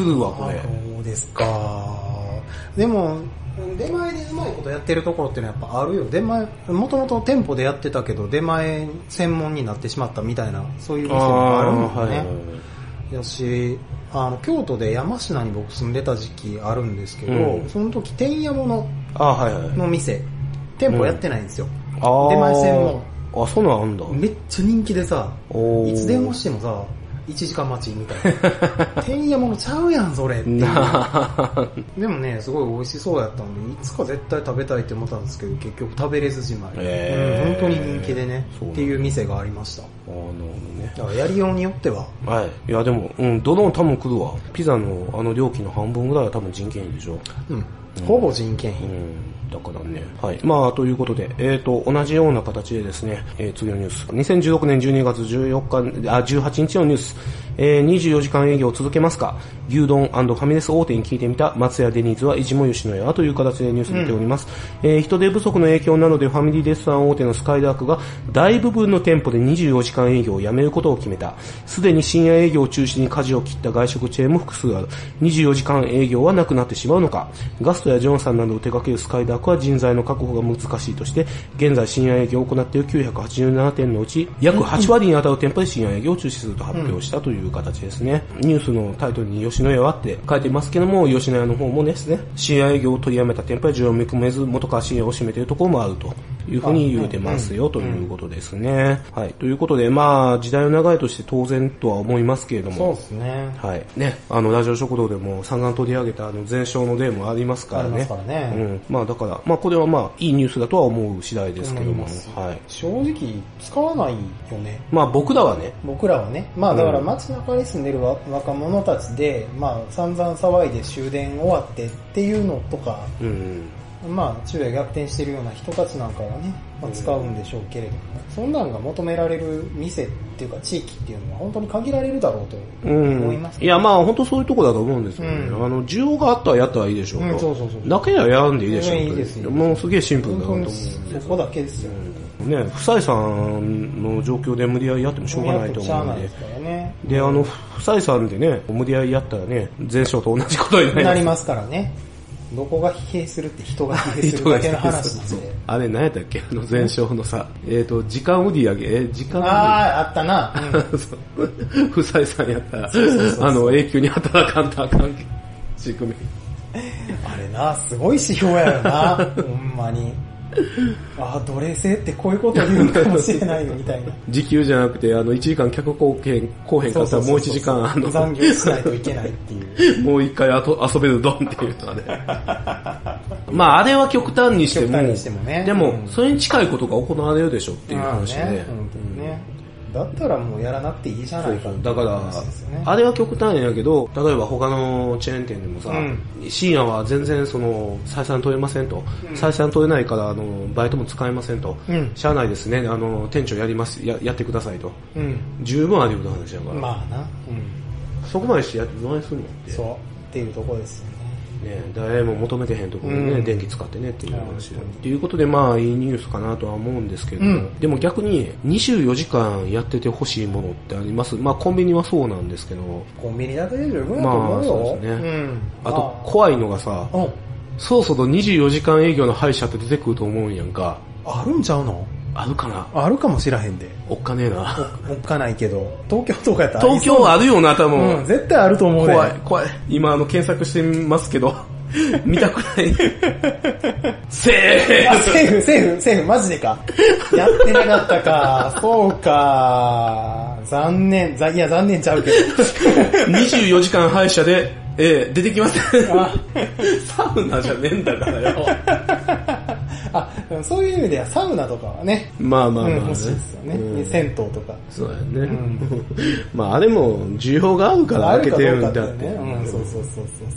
るわ、これ。そうですか。でも、出前でうまいことやってるところってのはやっぱあるよ。出前、もともと店舗でやってたけど、出前専門になってしまったみたいな、そういう店もあるもんね。ーだし、あの、京都で山科に僕住んでた時期あるんですけど、うんその時、てんやものあ、はいはい。の店、店舗やってないんですよ。あー出前専あ、そうなんあんだ。めっちゃ人気でさ、おーいつ電話してもさ、1時間待ちみたい *laughs* な。てんやものちゃうやん、それっていう。なでもね、すごい美味しそうやったんで、いつか絶対食べたいって思ったんですけど、結局食べれずじまい。へーうん本当に人気でねそうなん、だっていう店がありました。あのね。だからやりようによっては、はい。いや、でも、うん、ドローン多分来るわ。ピザのあの料金の半分ぐらいは多分人件費でしょ。うん、ほぼ人件う費。ん、だからね。はい。まあ、ということで、えっ、と、同じような形でですね、えー次のニュース。2016年12月14日、あ、18日のニュース。えー24時間営業を続けますか牛丼ファミレス大手に聞いてみた松屋デニーズは一も吉野家という形でニュース出ております、えー人手不足の影響などでファミリーレストラン大手のスカイダークが大部分の店舗で24時間営業をやめることを決めたすでに深夜営業を中心に舵を切った外食チェーンも複数ある24時間営業はなくなってしまうのかガストやジョンさんなどを手掛けるスカイダークは人材の確保が難しいとして現在深夜営業を行っている987店のうち約8割に当たる店舗で深夜営業を中止すると発表したという形ですね、ニュースのタイトルに吉野家はって書いてますけども吉野家の方もですね深夜営業を取りやめた店舗や需要を見込めず元川深夜を占めているところもあるというふうに言うてますよということですね、はいということでまあ時代の流れとして当然とは思いますけれどもそうですね。はい。ね、あの、ラジオ食堂でも散々取り上げた、あの、前哨の例もありますからね。ありますからねうん。まあ、だから、まあ、これはまあ、いいニュースだとは思う次第ですけど思いも、ますはい。正直、使わないよね。まあ、僕らはね、僕らはね。まあだからうん街中に住んでるわ若者たちで、まあ散々騒いで終電終わってっていうのとか、うん。まあ昼夜逆転してるような人たちなんかはね、まあ、使うんでしょうけれども、そんなんが求められる店っていうか地域っていうのは本当に限られるだろうとうん。思います、いや、まあ、本当そういうとこだと思うんですよね。うんあの、需要があったらやったらいいでしょうと。うんそうそうそうなければやらんでいいでしょうと。いやいいですよもうすげえシンプルだ本なと思当うんにですよそこだけですよ。ね、夫妻さんの状況で無理やりやってもしょうがないとしゃ思あうんないでです。からね。で、あの、夫妻さんでね、無理やりやったらね、前哨と同じことになりますなりますからね。どこが疲弊するって人が疲弊 *laughs* するだけの話なんで。あれ、何やったっけあの前哨のさ、えっ、と、時間売り上げ、えー時間売ああ、あったな。うん *laughs* りそう不採算やったら、あの、永久に働かんとあかん仕組み。あれな、すごい指標やよ *laughs* な。ほんまに。ああ、奴隷制ってこういうこと言うのかもしれないよ、*laughs* みたいな。時給じゃなくて、あの、1時間客貢献、後編かったらもう1時間、あの、残業しないといけないっていう。もう1回あと遊べるドンっていうのはね。 *laughs* まあ、あれは極端にして極も、端にしてもねでもう、んそれに近いことが行われるでしょっていうまあ話で、ね、本当にね。だったらもうやらなくていいじゃないかっていだうから話ですよね、あれは極端やけど、例えば他のチェーン店でもさ、うん深夜は全然その、採算取れませんと、採算取れないから、あの、バイトも使えませんと、うん社内ですね、あの、店長やります、ややってくださいと。うん。十分あり得る話やから、まあな。うん。そこまでしてやってどないすんのって。そう。っていうとこですよね。ね、誰も求めてへんところでね、うん電気使ってねっていう話だはいということで、まあ、いいニュースかなとは思うんですけど、うんでも逆に24時間やっててほしいものってあります。まあ、コンビニはそうなんですけど、コンビニだけで十分だと思うよ。まあそうですねん。あと、怖いのがさ、あ、うん。そろそろ24時間営業の歯医者って出てくると思うんやんか。あるんちゃうのあるかなあるかもしらへんで。おっかねえな。おっかないけど。東京とかやったらあり東そう京はあるよな、多分。うん、絶対あると思うで。 *laughs* 怖い、怖い。今、あの、検索してますけど、見たくない。セあ、セーフ、セーフ、セーフ、マジでか。やってなかったか。そうか。残念。ざいや、残念ちゃうけど。ーフ !24 時間歯医者で、えー、出てきません。サウナじゃねえんだからよ。あ、でもそういう意味ではサウナとかはね、まあまあまあ、うん、ね欲しいですよね。うん銭湯とか。そうやね。 *laughs* まああれも需要があるからあ開るけかてどるうんかだっってて。ね。うん、そうそうそうそう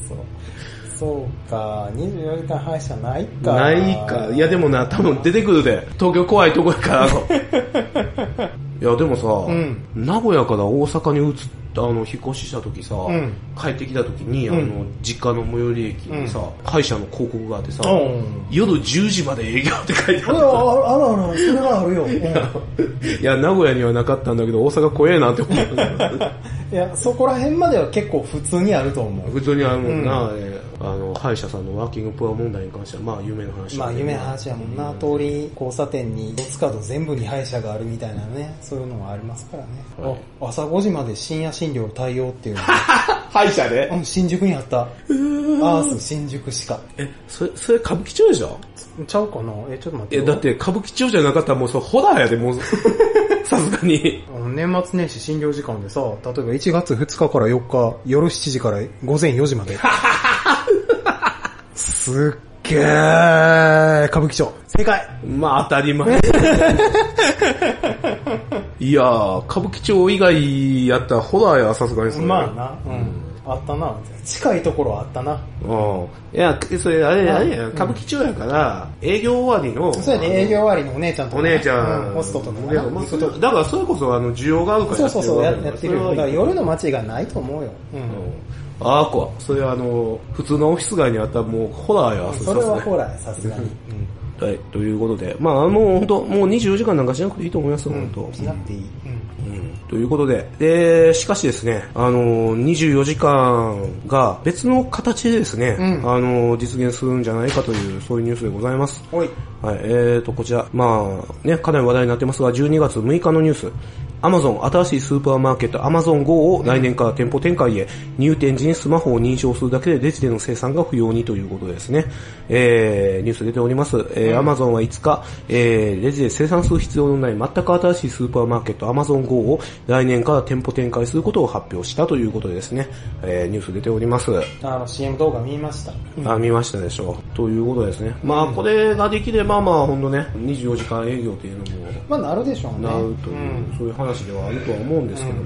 そう。そうか、24時間歯医者ないか。ないか。いやでもな、多分出てくるで。東京怖いとこやから、あ *laughs* のいやでもさ、ん名古屋から大阪に移った、あの、引っ越しした時さ、ん帰ってきた時に、あの、実家の最寄り駅にさ、歯医者の広告があってさ、うん夜10時まで営業って書いてああら、っあら、あらあら、それはあるよ。うんた。 *laughs* いや、名古屋にはなかったんだけど、大阪怖えなって思 *laughs* う。いや、そこら辺までは結構普通にあると思う。普通にあのな、えーあの、歯医者さんのワーキングプア問題に関しては、まあ、有名な話だまあけど夢の話やもんな、通り交差点に四つ角全部に歯医者があるみたいなね、そういうのはありますからね。はいあ朝5時まで深夜診療対応っていうの。歯医者でうん、新宿にあった。アース新宿歯科。え、それ、それ歌舞伎町でしょちゃうかなえ、ちょっと待ってえ、よ。だって歌舞伎町じゃなかったらもうそれホラーやで、もう。 *laughs* さすがに。あの、年末年始診療時間でさ、例えば1月2日から4日、夜7時から午前4時ま *laughs* で。すっげー、歌舞伎町。正解まあ当たり前。 *laughs* いやー、歌舞伎町以外やったらホラーやわ、さすがにそれ。まあ。あな、うん。あったな。近いところはあったな。うん。いや、それあれ、あれや、歌舞伎町やから、営業終わりの。そうやね、営業終わりのお姉ちゃんとお姉ちゃ。うんんホストとのいやまあそれだからそれこそ、あの、需要があるからそうそうそう、やわけやだってるよ。だかかららそれはいい夜の街がないと思うよ。うん。あーこわ。それはあの、普通のオフィス街にあったらもうホラーやわ、そされすがはにほら、さすがに。はい、ということで、まあもう本当、もう24時間なんかしなくていいと思いますよ、うん。本当。しなくていい。うん。うんということで、で、しかしですね、あの、24時間が別の形でですね、うんあの、実現するんじゃないかという、そういうニュースでございます。おい。はい、えーと、こちら、まあ、ね、かなり話題になってますが、12月6日のニュース、アマゾン新しいスーパーマーケットアマゾン GO を来年から店舗展開へ、入店時にスマホを認証するだけでレジでの生産が不要にということですね。えー、ニュース出ております。えー、アマゾンは5日、えー、レジで生産する必要のない全く新しいスーパーマーケットアマゾン GO を来年から店舗展開することを発表したということでですね、えー、ニュース出ております。あの、CM 動画見ました。あ、見ましたでしょう。ということですね。まあ、これができれば、まあ、ほんとね、24時間営業っていうのも、まあ、なるでしょうね。なるという、うん。そういう話ではあるとは思うんですけども、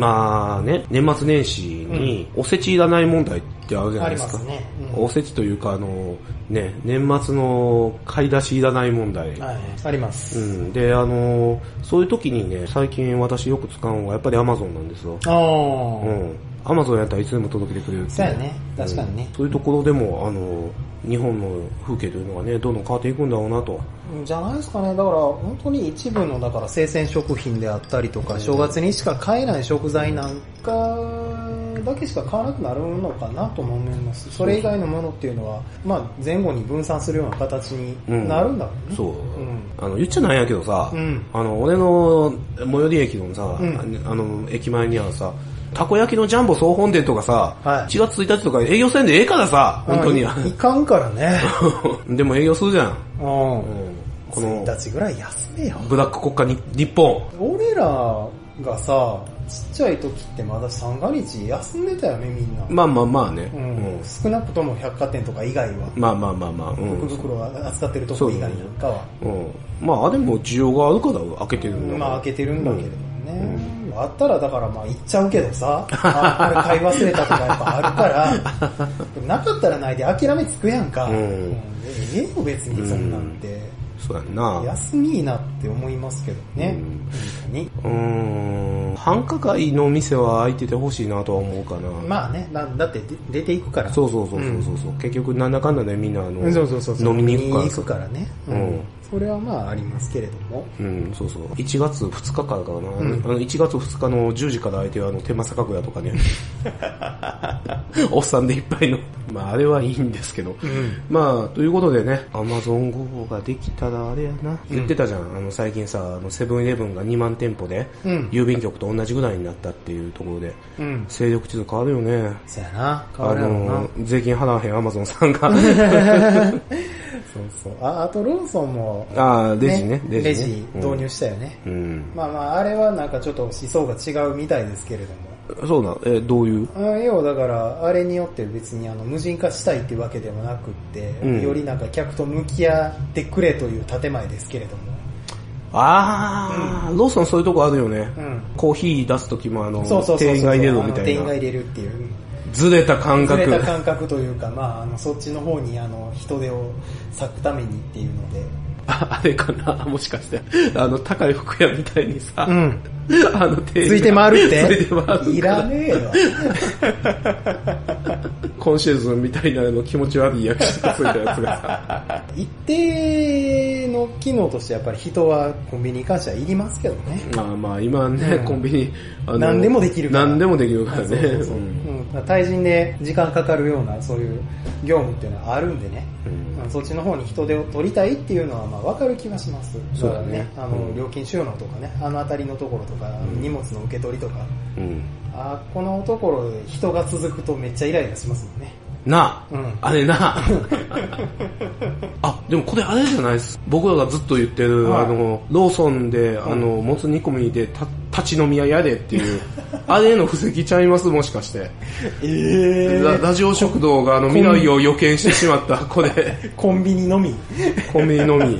今ね、年末年始に、おせちいらない問題ってあるじゃないですか。ありますねうんおせちというか、あの、ね、年末の買い出しいらない問題。はい。ありまうす。ん、で、あの、そういう時にね、最近私よく使うのが、やっぱり Amazon なんですよ。ああう。ん。Amazon やったらいつでも届けてくれるっていうそうやね。確かにね。そういうところでも、あの、日本の風景というのはね、どんどん変わっていくんだろうなと。じゃないですかね。だから、本当に一部の、だから生鮮食品であったりとか、正月にしか買えない食材なんか、だけしか買わなくなるのかなとも思います。それ以外のものっていうのは、まあ、前後に分散するような形になるんだろうね。そう。んあの、言っちゃなんやけどさ、うんあの、俺の最寄り駅のさ、んあの、駅前にあるさ、たこ焼きのジャンボ総本店とかさ、はい1月1日とか営業せんでええからさ、本当に。あいいかんか *laughs* らね。でも営業するじゃん。うん。この、 1日ぐらい休めよ。ブラック国家に、日本。俺らがさ、ちっちゃい時ってまだ三が日休んでたよね、みんな。まあまあまあね。うんう、ん少なくとも百貨店とか以外は。まあまあまあまあ、うん福。袋が扱ってるところ以外なんかは、うん、まあ、あれも需要があるから開けてるんだからまあ開けてるんだけれどもね、あったらだからまあ行っちゃうけど *laughs* さ、あこれ買い忘れたとかやっぱあるから、でもなかったらないで諦めつくやんか。うんでええよ別にそんなんて、そうやんな。休みいいなって思いますけどね、うん本当に。うーん繁華街の店は開いててほしいなとは思うかな。まあね、だだってで出ていくから。そうそうそうそうそうそう、結局なんだかんだでみんなあの、そうそうそうそう飲みに行くから飲みに行くからね、うんうんそれはまあありますけれども。うん、そうそう。1月2日からかな。あの1月2日の10時から開いてるあの、手間坂小屋とか *laughs* ね。おっさんでいっぱいの。まあ、あれはいいんですけど。まあ、ということでね、アマゾン5号ができたらあれやな。言ってたじゃん。あの、最近さ、あの、セブンイレブンが2万店舗で、うん郵便局と同じぐらいになったっていうところで、うん勢力地図変わるよね。そやな、変あわるやろうな。 *laughs* の、税金払わへんアマゾンさんが。そうそう。あ、あとローソンも、ああ、レジね。レジね導入したよね。うん。まあまあ、あれはなんかちょっと思想が違うみたいですけれども。そうなのえ、どういうあ要はだから、あれによって別にあの無人化したいっていうわけでもなくって、うんよりなんか客と向き合ってくれという建前ですけれども。ああ、ローソンそういうとこあるよね。うん。コーヒー出すときもあのそうそうそうそう。店員が入れるみあのた店い員がな。入れるっていう。ずれた感触覚れ。た感覚というか、まあ、あのそっちの方にあの人手を割くためにっていうので。 *laughs* ああれかなもしかして。あの、高い服屋みたいにさ、ん。あの、店員が *laughs* ついて回るってついて回るからいらねえわ。コンシェルジュみたいなあの気持ち悪い役者がついたやつがさ。一定の機能としてやっぱり人はコンビニに関してはいりますけどね。まあまあ、今ね、うんコンビニ、あの何でもできるから何でもできるからね。そうそうそう。ううんん。だから対人で時間かかるようなそういう業務っていうのはあるんでね。うんそっちの方に人手を取りたいっていうのはまあわかる気がします。そうだねからあうの、ん料金収納とかね、あの辺りのところとか、荷物の受け取りとか、うんあこのところで人が続くとめっちゃイライラしますもんね。なあ、うんあれ *laughs* なあ。あ、でもこれあれじゃないです。僕らがずっと言ってる、はいあの、ローソンで、あの、もつ煮込みでた立ち飲み屋やれっていう、あれへの布石ちゃいますもしかして。えララジオ食堂があの未来を予見してしま *laughs* った、これ、コンビニのみ。コンビニの *laughs* み。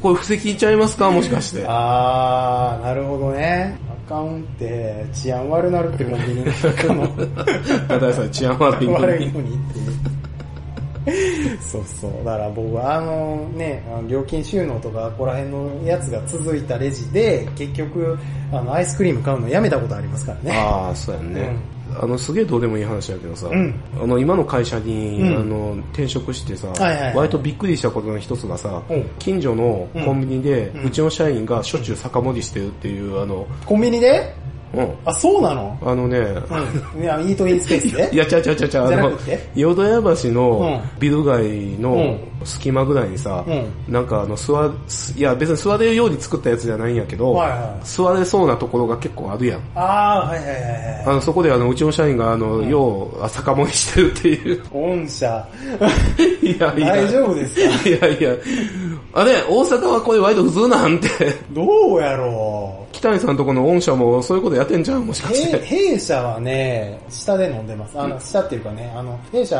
これ布石ちゃいますかもしかして。あー、なるほどね。アカウンって治安悪なるってコンビニの中のただでさえ治安悪いの悪いに。のにっていう。そうそう。だから僕はあのね、あの料金収納とかここら辺のやつが続いたレジで、結局、あの、アイスクリーム買うのやめたことありますからね。ああ、そうやんね。あの、すげえどうでもいい話やけどさ、うんあの、今の会社に、うんあの、転職してさ、はいはいはい割とびっくりしたことの一つがさうん、近所のコンビニで、うんうちの社員がしょっちゅう酒盛りしてるっていう、あの、コンビニでうん。あ、そうなのあのね、うん。いや、イートインスペースでいや、ちゃうちゃうちゃうちゃう、あじゃなのくて、淀屋橋のうビル街の隙間ぐらいにさ、うなんかあの、座、いや別に座れるように作ったやつじゃないんやけど、はいはい座れそうなところが結構あるやん。あー、はいはいはいはい。あの、そこであの、うちの社員があの、よう、酒盛りしてるっていう。 *laughs* 御社。いやいや。大丈夫ですかいやいや。あれ、大阪はこれ割と普通なんて。 *laughs* どうやろう北谷さんとこの御社もそういうことやってんじゃん、もしかし弊て。弊社はね、下で飲んでます。あの、下っていうかね、あの、弊社、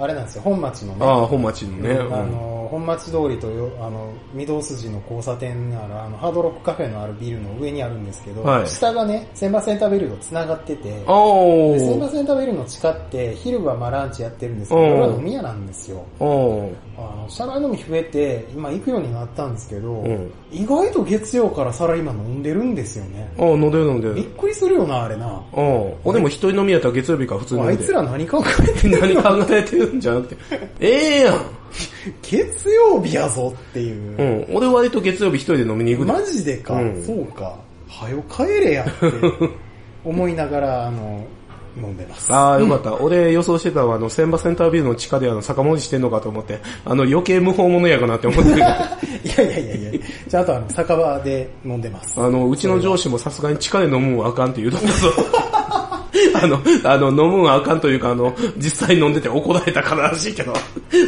あれなんですよ、本町のね、ああ、本町のね。あの、本町通りとよ、あの、御堂筋の交差点なら、あの、ハードロックカフェのあるビルの上にあるんですけど、はい下がね、千葉センタービルと繋がってて、でお千ー葉。センタービルの地下って、昼はまあランチやってるんですけど、うんこれは飲み屋なんですよ。おー。あの、社内飲み増えて、今行くようになったんですけど、うん意外と月曜からサラリーマン飲んでるんですよね。ああ、飲んでる飲んでびっる。くりするよな、あれな。ああ、俺も一人飲みやったら月曜日から普通に飲んあでいる。つら何考えてんの *laughs* 何考えてるんじゃなくて。ええやん。月曜日やぞっていうう。ん。俺割と月曜日一人で飲みに行くで。マジでか、うんそうか。はよ帰れやって思いながら、あの、飲んでます。ああ、よかった。俺予想してたわ、あの、千葉センタービルの地下であの、酒盛りしてんのかと思って、あの、余計無法者やかなって思ってるけど。あいやいやいやいや、ちゃんとあの、酒場で飲んでます。の、うちの上司もさすがに地下で飲むんはあかんって言うとったぞ。あの、あの、飲むんはあかんというか、あの、実際飲んでて怒られたかららしいけど、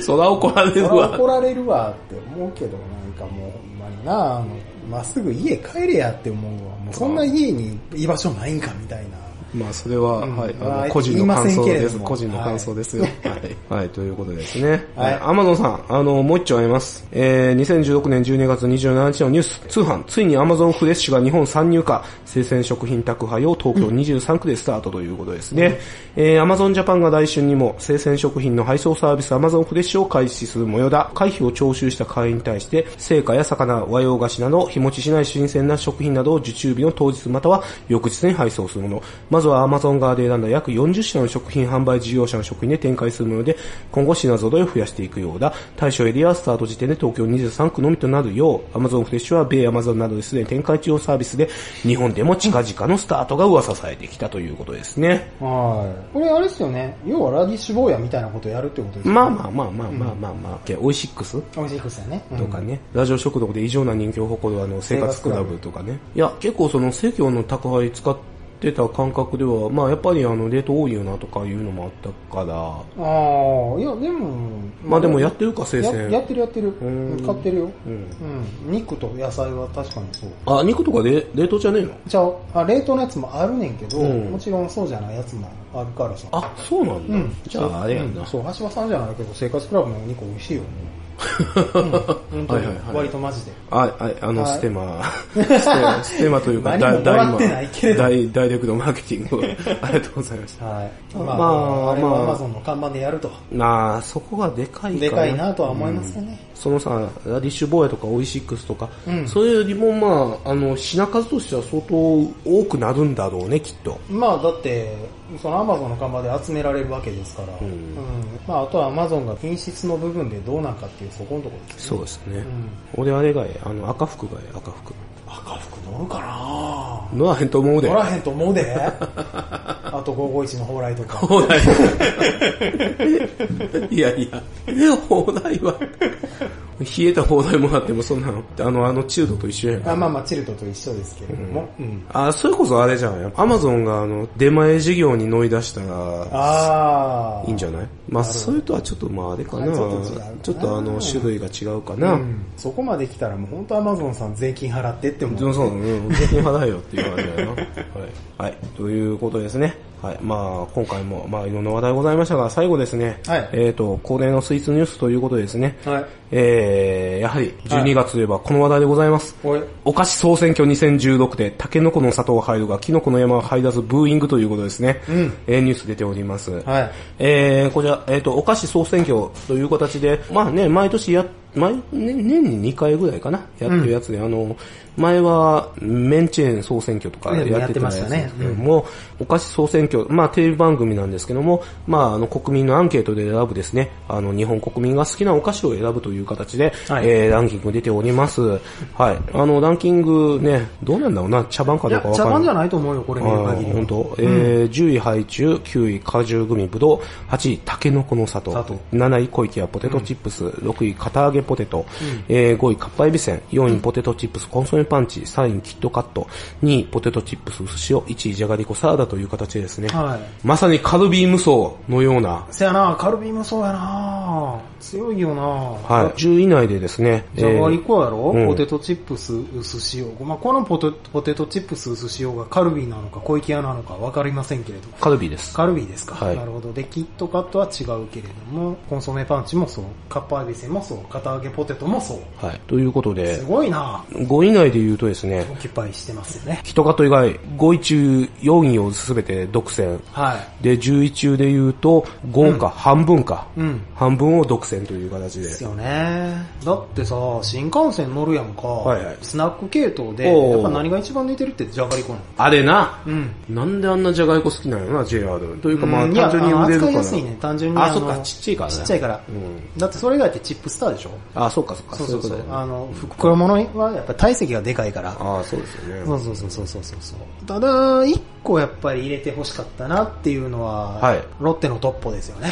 そら怒られそるらわ怒。られるわって思うけど、なんかもうほんまにな、あの、まっすぐ家帰れやって思うわ。もうそんな家に居場所ないんかみたいな。まあ、それは、うんはい、まああの、個人の言いま感せん想けれどでもす。個人のはい感想ですよ。はい。はい、ということですね。ははいい。アマゾンさん、あの、もう一丁あります。えー、2016年12月27日のニュース、通販、ついにアマゾンフレッシュが日本参入か、生鮮食品宅配を東京23区でスタートということですね。えー、アマゾンジャパンが来春にも、生鮮食品の配送サービスアマゾンフレッシュを開始する模様だ。会費を徴収した会員に対して、成果や魚、和洋菓子など、日持ちしない新鮮な食品などを受注日の当日または翌日に配送するもの。まずは Amazon 側で選んだ約40社の食品販売事業者の食品で展開するもので、今後品揃えを増やしていくようだ。対象エリアはスタート時点で東京23区のみとなるよう、Amazon フレッシュは米 Amazon などですでに展開中のサービスで、日本でも近々のスタートが噂されてきたということですね。はい。これあれですよね。要はラディッシュ坊やみたいなことやるってことですよね。まあまあまあまあまあまあまあ、でオイシックス美味しいですよね。うんとかね、ラジオ食堂で異常な人気を誇るあの生活クラブとかね。いや、結構その生協の宅配使っってた感覚では、まあやっぱりあの、冷凍多いよなとかいうのもあったから、ああ、いや、でも、まあでもやってるか、生やや鮮っ。てるやってるん。買ってるよ。ううんん。肉と野菜は確かにそう。あ、肉とか冷冷凍じゃねえのじゃあ、あ冷凍のやつもあるねんけど、うんもちろんそうじゃないやつもあるからさ。あ、そうなんだ。うん。じゃああれやんな。うんそう、橋場さんじゃないけど、生活クラブのお肉美味しいよ。はい本当にはいはい割とマジで。あ、ああの、はいステ *laughs* マ、ステマ、ステマというか、何ももらってないけれどダイダイレクトマーケティングをありがとうございました。はい。ままああ、まあ、れはまあアマゾンの看板でやると。なあ、そこがでかいかでかいなとは思いますよね。そのさ、ラディッシュ坊やとかオイシックスとか、うんそれよりもまあ、あの、品数としては相当多くなるんだろうね、きっと。まあだって、そのアマゾンの看板で集められるわけですから、んうんまああとはアマゾンが品質の部分でどうなんかっていうそこのところですそね。うですね。ん俺あれがええ、あの、赤服がええ、赤服。赤服乗るかなのはへんと思うで。 *laughs* 乗らへんと思うで。あと551の蓬莱とか。 *laughs* ほらいやいや、放題は。冷えた放題もらってもそんなの、あの、あのチルドと一緒やん。あまあまあ、チルトと一緒ですけれども。うんあ、それこそあれじゃん。アマゾンがあの、出前事業に乗り出したら、ああ。いいんじゃないまあ、それとはちょっとまあ、あれかな。ちょっと違うかなちょっとあの、種類が違うかな。うんそこまで来たらもう本当アマゾンさん税金払ってってでももそう、うん、税金払えよっていう感じだよな。はい。はい。ということですね。はい。まあ、今回も、まあ、いろんな話題ございましたが、最後ですね。はいえっ、と、恒例のスイーツニュースということでですね。はい。えー、やはり、12月といえばこの話題でございます。おい。お菓子総選挙2016で、タケノコの里は入るが、キノコの山は入らず、ブーイングということですね。うんえーニュース出ております。はい。えー、こちら、えっ、と、お菓子総選挙という形で、まあね、毎年や、毎、ね年に2回ぐらいかな、やってるやつで、あの、前は、メンチェーン総選挙とかやってたやってまやつしたねですけども、お菓子総選挙、まあテレビ番組なんですけども、まああの国民のアンケートで選ぶですね、あの日本国民が好きなお菓子を選ぶという形で、はいえーランキング出ております。はい。あのランキングね、どうなんだろうな、茶番かいどやうか、わか茶んない。番じゃないと思うよ、これ見るあ限りーは。本当、えー、10位、ハイチュウ、9位、果汁グミ、ぶどう、8位、タケノコの里、里7位、小池屋、ポテトチップス、6位、片揚げポテト、えー5位、かっぱえびせん、4位、ポテトチップス、コンソメパンチ、3位、キットカット、2位、ポテトチップス、寿司を、1位、じゃがりこ、サラダという形でですね、はい。まさにカルビー無双のような、せやな、カルビーもそうやな強いよなはい、10位以内でですね、じゃがりこやろ、うんポテトチップス、薄塩。まあ、このポテポテトチップス、薄塩がカルビーなのか小池屋なのかわかりませんけれど。えーカルビーです。カルビーですか、はいなるほど。で、キットカットは違うけれども、コンソメパンチもそう、カッパービセもそう、片揚げポテトもそう。、はい、ということですごいな5位以内で言うとですね、オキュパイしてますよね。キットカット以外、5位中4位をすべて独占。はい。で、10位中で言うと、5か、半分か、うん半分を独占という形でで。すよね。だってさ、新幹線乗るやんか、はいはいスナック系統で、おーやっぱ何が一番似てるってじゃがりこなの。あれな、うん。なんであんなじゃがいこ好きなのな、JR。というかまあ、うん単いや純にあの売れるか扱いら。やすいね、単純に。あのそっかちっちゃいからねちっちゃいから。うんだってそれ以外ってチップスターでしょあ、そうか、そうか、そうそうそうい。ことだよあねの、袋物はやっぱ体積がでかいから。あそうですよそね。うそうそうそうそうそうそう。ただ、一個やっぱり入れて欲しかったなっていうのは、はいロッテのトッポですよね。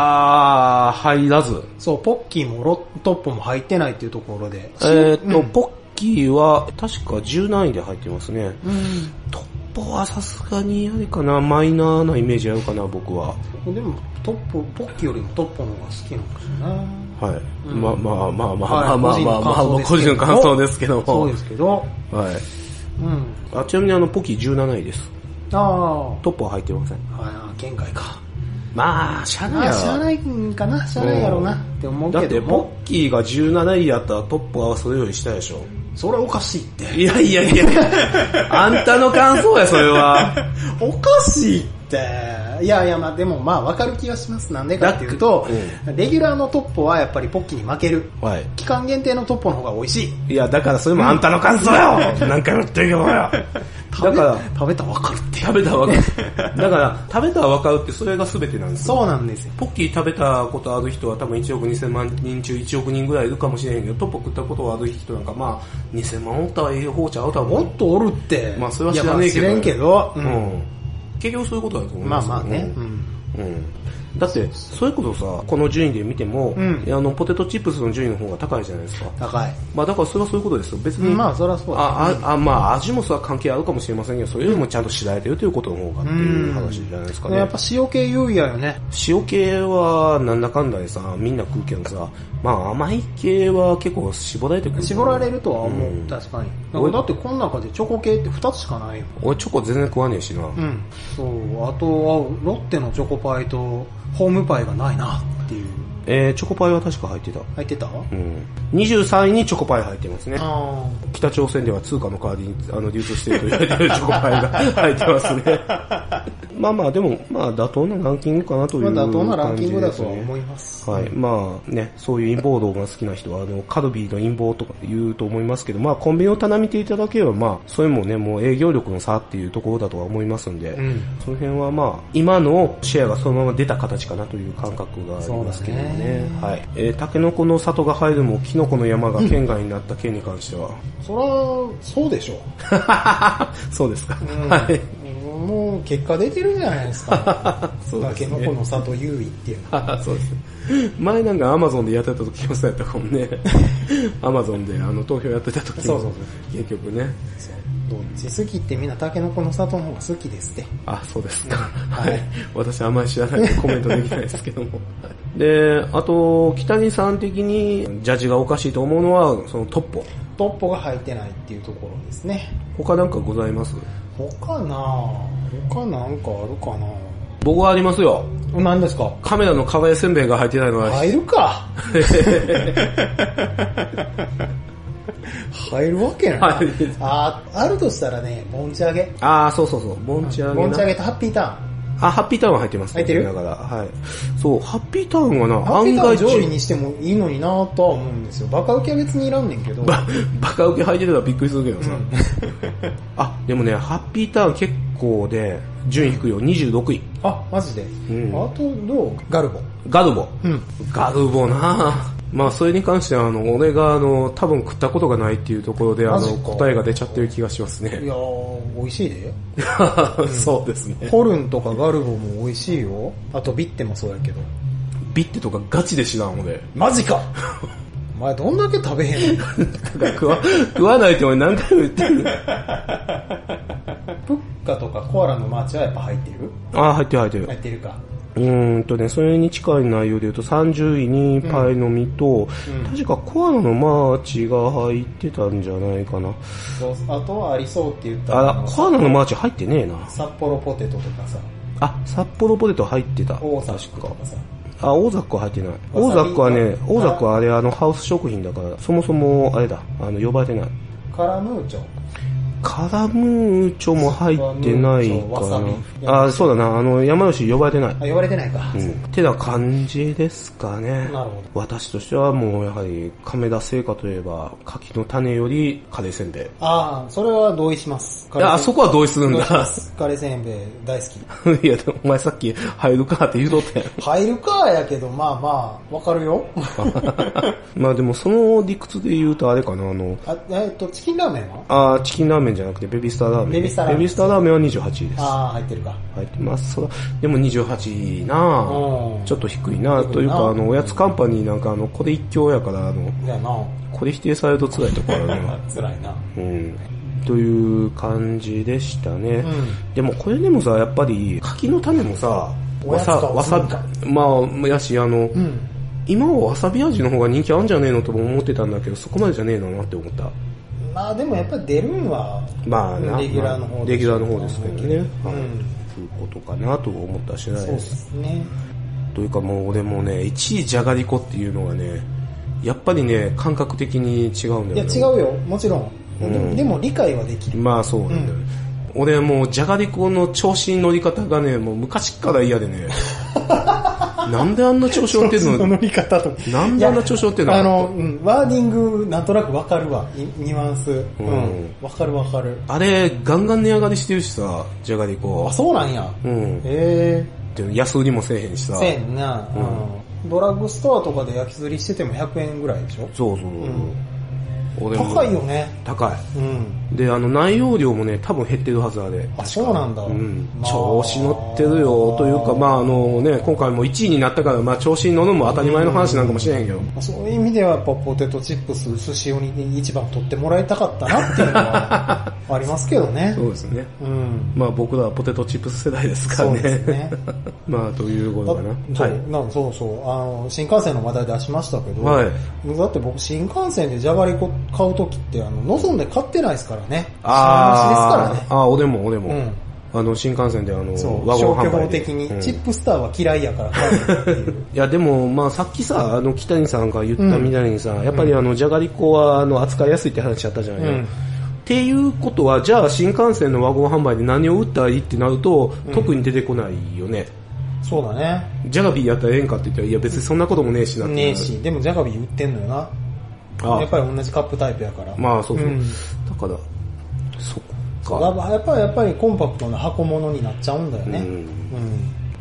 あー、入らず。そう、ポッキーもロトッポも入ってないっていうところで。えっと、ポッキーは、確か10何位で入ってますね。うん。トッポはさすがにあれかな、マイナーなイメージあるかな、僕は。でも、トッポ、ポッキーよりもトッポの方が好きなんですよね。はい。うんまあまあまあまはあまあいまあまあまあ、個個人人のの感感想想でですけども。そうですけど、はい。うん。あちなみにあの、ポキ17位です。ああ、トップは入ってません。ああ、県外か。まあ、しゃあないまやあ、ろ知らないんかな、知らないやろうなって思うだっけて、どポも、ッキーが17位やったらトップはそれより下でしょ。それおかしいって。いやいやいやいや *laughs* あんたの感想や、それは。おかしいって。いやいや、まあでもまあわかる気がします。なんでかっていうとだっ、レギュラーのトッポはやっぱりポッキーに負ける。はい。期間限定のトッポの方が美味しい。いや、だからそれもあんたの感想よ何回も言ってるけどよ。だ食べから、食べたらわかるって。食べたらわかる。だから、食べたらわかるってそれが全てなんですよそうなんですよ。ポッキー食べたことある人は多分1億2000万人中1億人ぐらいいるかもしれへんけど、トップ食ったことある人なんかまあ、2000万おったらええ方ちゃう多も分っ。とおるって。まあそれは知らねえけどいやまあ知れんけど、ううんん。結局そういうことだと思いままあすよまあね。ううんん。うん。だって、それこそさ、この順位で見ても、うんあの、ポテトチップスの順位の方が高いじゃないですか。高い。まあだからそれはそういうことですよ。別に、まあ、そりゃそうだ。あ、あ、あ、まあ味もさ、関係あるかもしれませんけど、それよりもちゃんと知られてるということの方がっていう話じゃないですかね。やっぱ塩系優位やよね。塩系はなんだかんだでさ、みんな食うけどさ、まあ甘い系は結構絞られてくる。絞られるとは思う、うん確かに。なんかだってこの中でチョコ系って2つしかないよ。俺チョコ全然食わねえしな。うん。そう、あとは、ロッテのチョコパイとホームパイがないなっていう。えー、チョコパイは確か入ってた。入ってたうん。23位にチョコパイ入ってますね。あ北朝鮮では通貨の代わりにあの流通していると言われて *laughs* るチョコパイが入ってます *laughs* ね。まあまあでも、まあ妥当なランキングかなとあ。いうま感じです、だね。どんなランキングだとは思います。はい。まあね、そういう陰謀論が好きな人は、あの、カルビーの陰謀とか言うと思いますけど、まあコンビニを棚見ていただければ、まあ、それもね、もう営業力の差っていうところだとは思いますんで、うん。その辺はまあ、今のシェアがそのまま出た形かなという感覚がありますけどね。そうだねはい。えー、タケノコの里が入るも、キノコの山が県外になった件に関しては、そら、そうでしょ。 *laughs* そうですか。うんはい。もう結果出てるじゃないですか。そうですねタケノコの里優位っていうの。あそうです。前なんかアマゾンでやってた時もそうやったかも *laughs* ね。アマゾンであの投票やってた時も。そうそう結局ね。そうどっち好きってみんなタケノコの里の方が好きですって。あ、そうですか。ははいい。私あんまり知らないのでコメントできないですけども。はいで、あと、北木さん的にジャッジがおかしいと思うのは、そのトッポ。トッポが入ってないっていうところですね。他なんかございます他なぁ他なんかあるかな僕はありますよ。ぁ何ですかカメラのカバエせんべいが入ってないのは、入る *laughs* か入るわけない、はいああるとしたらね盆地揚げああ、そうそうそう。盆地揚げ盆な地揚げとハッピーターンあ、ハッピーターンは入ってます、入ってるだから、はい。そう、ハッピーターンはな、ハッピ案ーターン外上位にしてもいいのになぁとは思うんですよバカ受けは別にいらんねんけどバ *laughs* バカ受け入ってたらびっくりするけどさ。あ、でもね、ハッピーターン結構で、順位低いよ。26位。あマジで、んあとどうガルボガルボ。うんガルボなぁまあ、それに関しては、あの、俺が、あの、多分食ったことがないっていうところで、あマの、ジか答えが出ちゃってる気がしますいね。やー美味しいで *laughs* そうですね。ホルンとかガルボも美味しいよあとビッテもそうやけどビッてとかガチで知らん、俺。マ *laughs* ジかお前どんだけ食べへんのだから食わ、食わないって俺何回も言ってる。プッカとかコアラのマーチはやっぱ入ってるあー、入ってる入ってる入。ってるか。うーんとね、それに近い内容で言うと、30位にパイの実と、うん確かコアラのマーチが入ってたんじゃないかな。そうあとはありそうって言ったあら、ら、コアラのマーチ入ってねえな。札幌ポテトとかさ、あ、札幌ポテト入ってた。大阪とかさ、あ、大ザックは入ってない。大わザさびックはね、あ大ザックはあれ、あの、ハウス食品だから、そもそも、あれだ、あの、呼ばれてない。カラムーチョ。カラムーチョも入ってないカラかムーチョな。わさびあ、そうだな、あの、山吉呼ばれてない。あ、呼ばれてないか。うん。てな感じですかね。なるほど。私としてはもうやはり亀田製菓といえば柿の種よりカレーせんべい。いああ、それは同意します。や、あそこは同意するん同意しまだ。す。カレーせんべい大好 *laughs* き。いや、でもお前さっき入るかって言うとったやん。 *laughs* 入るかやけど、まあまあ、わかるよ。まあでもその理屈で言うとあれかな、あの、あえっと、チキンラーメンはあーチキンラーメンじゃなくてベビースターラーメン。ベビースターラーメンベビースターラーメンは28位です。ああ、入ってるか。入ってます。そらでも28位なぁうんちょっと低いなぁという低いか、なあの、おやつカンパニーなんかあの、これ一強やから、あの、じゃあな、これ否定されると辛いとこある *laughs* な。辛いな。うん。という感じでしたね。んでもこれでもさ、やっぱり柿の種もさ、おやつかわさ、おつわまさまあ、やし、あの、うん。今はわさび味の方が人気あんじゃねえのとも思ってたんだけど、そこまでじゃねえのなって思った。まあでもやっぱり出るんは、まあな、レギュラーの方レギュラーの方ですけどね。はい。というんうことかなと思った次第そうで。ですすね。というかもう俺もね、1位じゃがりこっていうのがね、やっぱりね、感覚的に違うんいだよね。や、違うよ。もちろん。うんでも理解はできる。まあそうなんだよね。俺もうじゃがりこの調子に乗り方がね、もう昔っから嫌で *laughs* ね。なんであんな調子乗ってんそののり方と。なんであんな調子乗ってんのあの、うん、ワーディング、なんとなくわかるわ。いニュアンス。うんん。わかるわかる。あれ、ガンガン値上がりしてるしさ、じゃがりこあ、。そうなんや。うん。えで安売りもせえへんしえさ。せえんな、うん。ドラッグストアとかで焼き釣りしてても100円ぐらいでしょそうそうそう。んおでんも高いよね。高うん。いであの内容量もね多分減ってるはずあれあ、そうなんだ。うんまあ調子乗ってるよというか、まああのね、今回も1位になったから、まあ、調子に乗るのも当たり前の話なんかもしれへんけど、そういう意味ではやっぱポテトチップス、寿司鬼に一番取ってもらいたかったなっていうのはありますけどね。 *laughs* そうですね、うん。まあ、僕らはポテトチップス世代ですからそうね、ですね。 *laughs* まあということかな。そはういなんそうそう、あの、新幹線の話題出しましたけど、はいだって僕新幹線でじゃがりこ買うときって、あの、望んで買ってないですからね。品あ出しーですかあー、おでんもおでんも。うんあの、新幹線であの、らね。そう、ワゴン消去販法売で。的に、うんチップスターは嫌いやから買うっていう。いやでも、まあ、さっきさ、あの、北谷さんが言ったみたいにさ、やっぱりあの、じゃがりこは、あの、扱いやすいって話あったじゃない、うんっていうことは、じゃあ、新幹線のワゴン販売で何を売ったらいいってなると、特に出てこないよね。そうだね。ジャガビーやったらええんかって言ったら、いや別にそんなこともねえしなって。ねえし、でもジャガビー売ってんのよな。ああやっぱり同じカップタイプやから。まあ、そうそう。うんだから、そっそうか。やっぱやっぱり、やっぱりコンパクトな箱物になっちゃうんだよね。ううんん。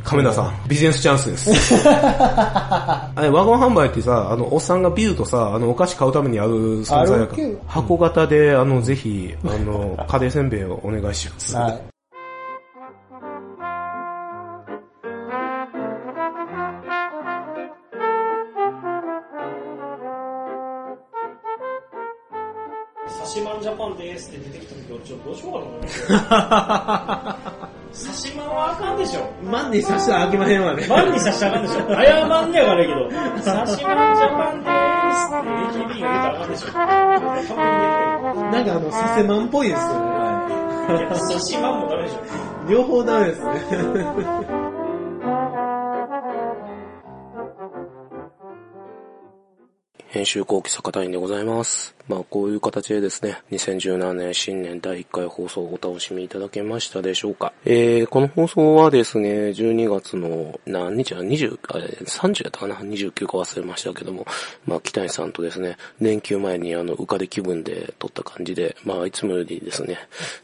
亀田さん、ビジネスチャンスです。 *laughs* あれ、ワゴン販売ってさ、あの、おっさんがビルとさ、あの、お菓子買うためにある存在やかあるらけど、箱型で、あの、ぜひ、あの、カレーせんべいをお願いします。はい。サシマンジャパンですって出てきた時俺ちょっとどうしようかと思って。サシマンはあかんでしょ。万に差したらあきまへんわねマンにさしてあかんでしょ。謝んねや悪いけど。サシマンジャパンですって AKB が出たらあかんでしょ。完なんかあの、サセマンっぽいですよね。璧にできてる。いや、サシマンもダメでしょ。両方ダメですね。編集後期坂谷でございます。まあこういう形でですね、2017年新年第1回放送をお楽しみいただけましたでしょうか。えー、この放送はですね、12月の何日だ ?20、あれ、30やったかな ?29 か忘れましたけども、まあ北谷さんとですね、連休前にあの、浮かれ気分で撮った感じで、まあいつもよりですね、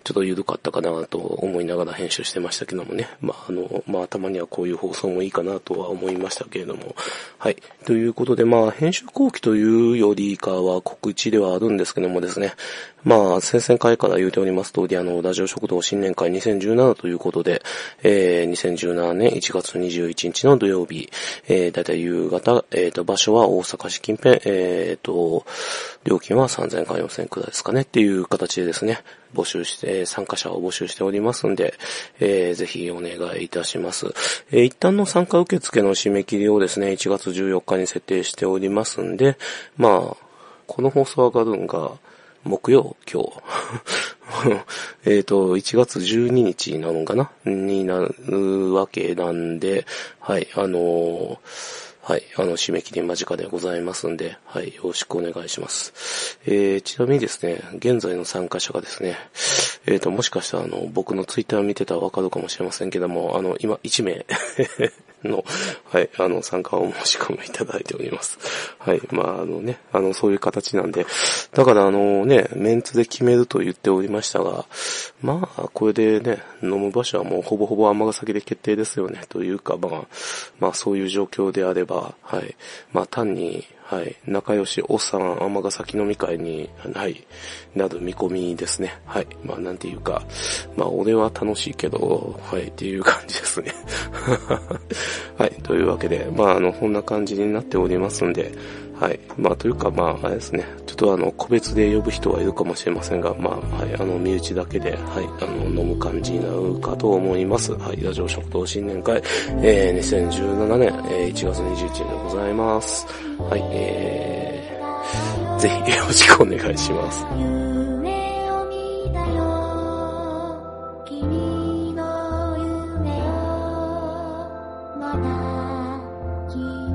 ちょっと緩かったかなと思いながら編集してましたけどもね、まああの、まあたまにはこういう放送もいいかなとは思いましたけれども、はい。ということで、まあ、編集後期というよりかは告知ではあるんですけどもですね、まあ、先々回から言うております通り、あの、ラジオ食堂新年会2017ということで、えー、2017年1月21日の土曜日、えー、だいたい夕方、えー、と、場所は大阪市近辺、えー、と、料金は3000円から4000円くらいですかねっていう形でですね、募集して、えー参加者を募集しておりますんで、えーぜひお願いいたします。えー一旦の参加受付の締め切りをですね、1月14日に設定しておりますんで、まあ、この放送上がるんが、木曜、今日。 *laughs* えっと、1月12日になるんかなになるわけなんで、はい、あのーはい。あの、締め切り間近でございますんで、はい。よろしくお願いします。えー、ちなみにですね、現在の参加者がですね、えっ、と、もしかしたら、あの、僕のツイッター見てたらわかるかもしれませんけども、あの、今、1名 *laughs* の、はい、あの、参加を申し込みいただいております。はい。まあ、あのね、あの、そういう形なんで、だから、あのね、メンツで決めると言っておりましたが、まあ、これでね、飲む場所はもうほぼほぼ尼崎で決定ですよね。というか、まあ、まあそういう状況であれば、はい。まあ単に、はい。仲良しおっさん尼崎飲み会に、はい。なる見込みですね。はい。まあなんていうか、まあ俺は楽しいけど、はい。っていう感じですね。 *laughs* はい。というわけで、まああの、こんな感じになっておりますんで、はい。まあ、というか、まあ、あれですね。ちょっとあの、個別で呼ぶ人はいるかもしれませんが、まあ、はい、あの、身内だけで、はい、あの、飲む感じになるかと思います。はい、ラジオ食堂新年会、えー、2017年、えー1月21日でございます。はい、えー、ぜひよろしくお願いします。夢を見たよ君の夢をまた君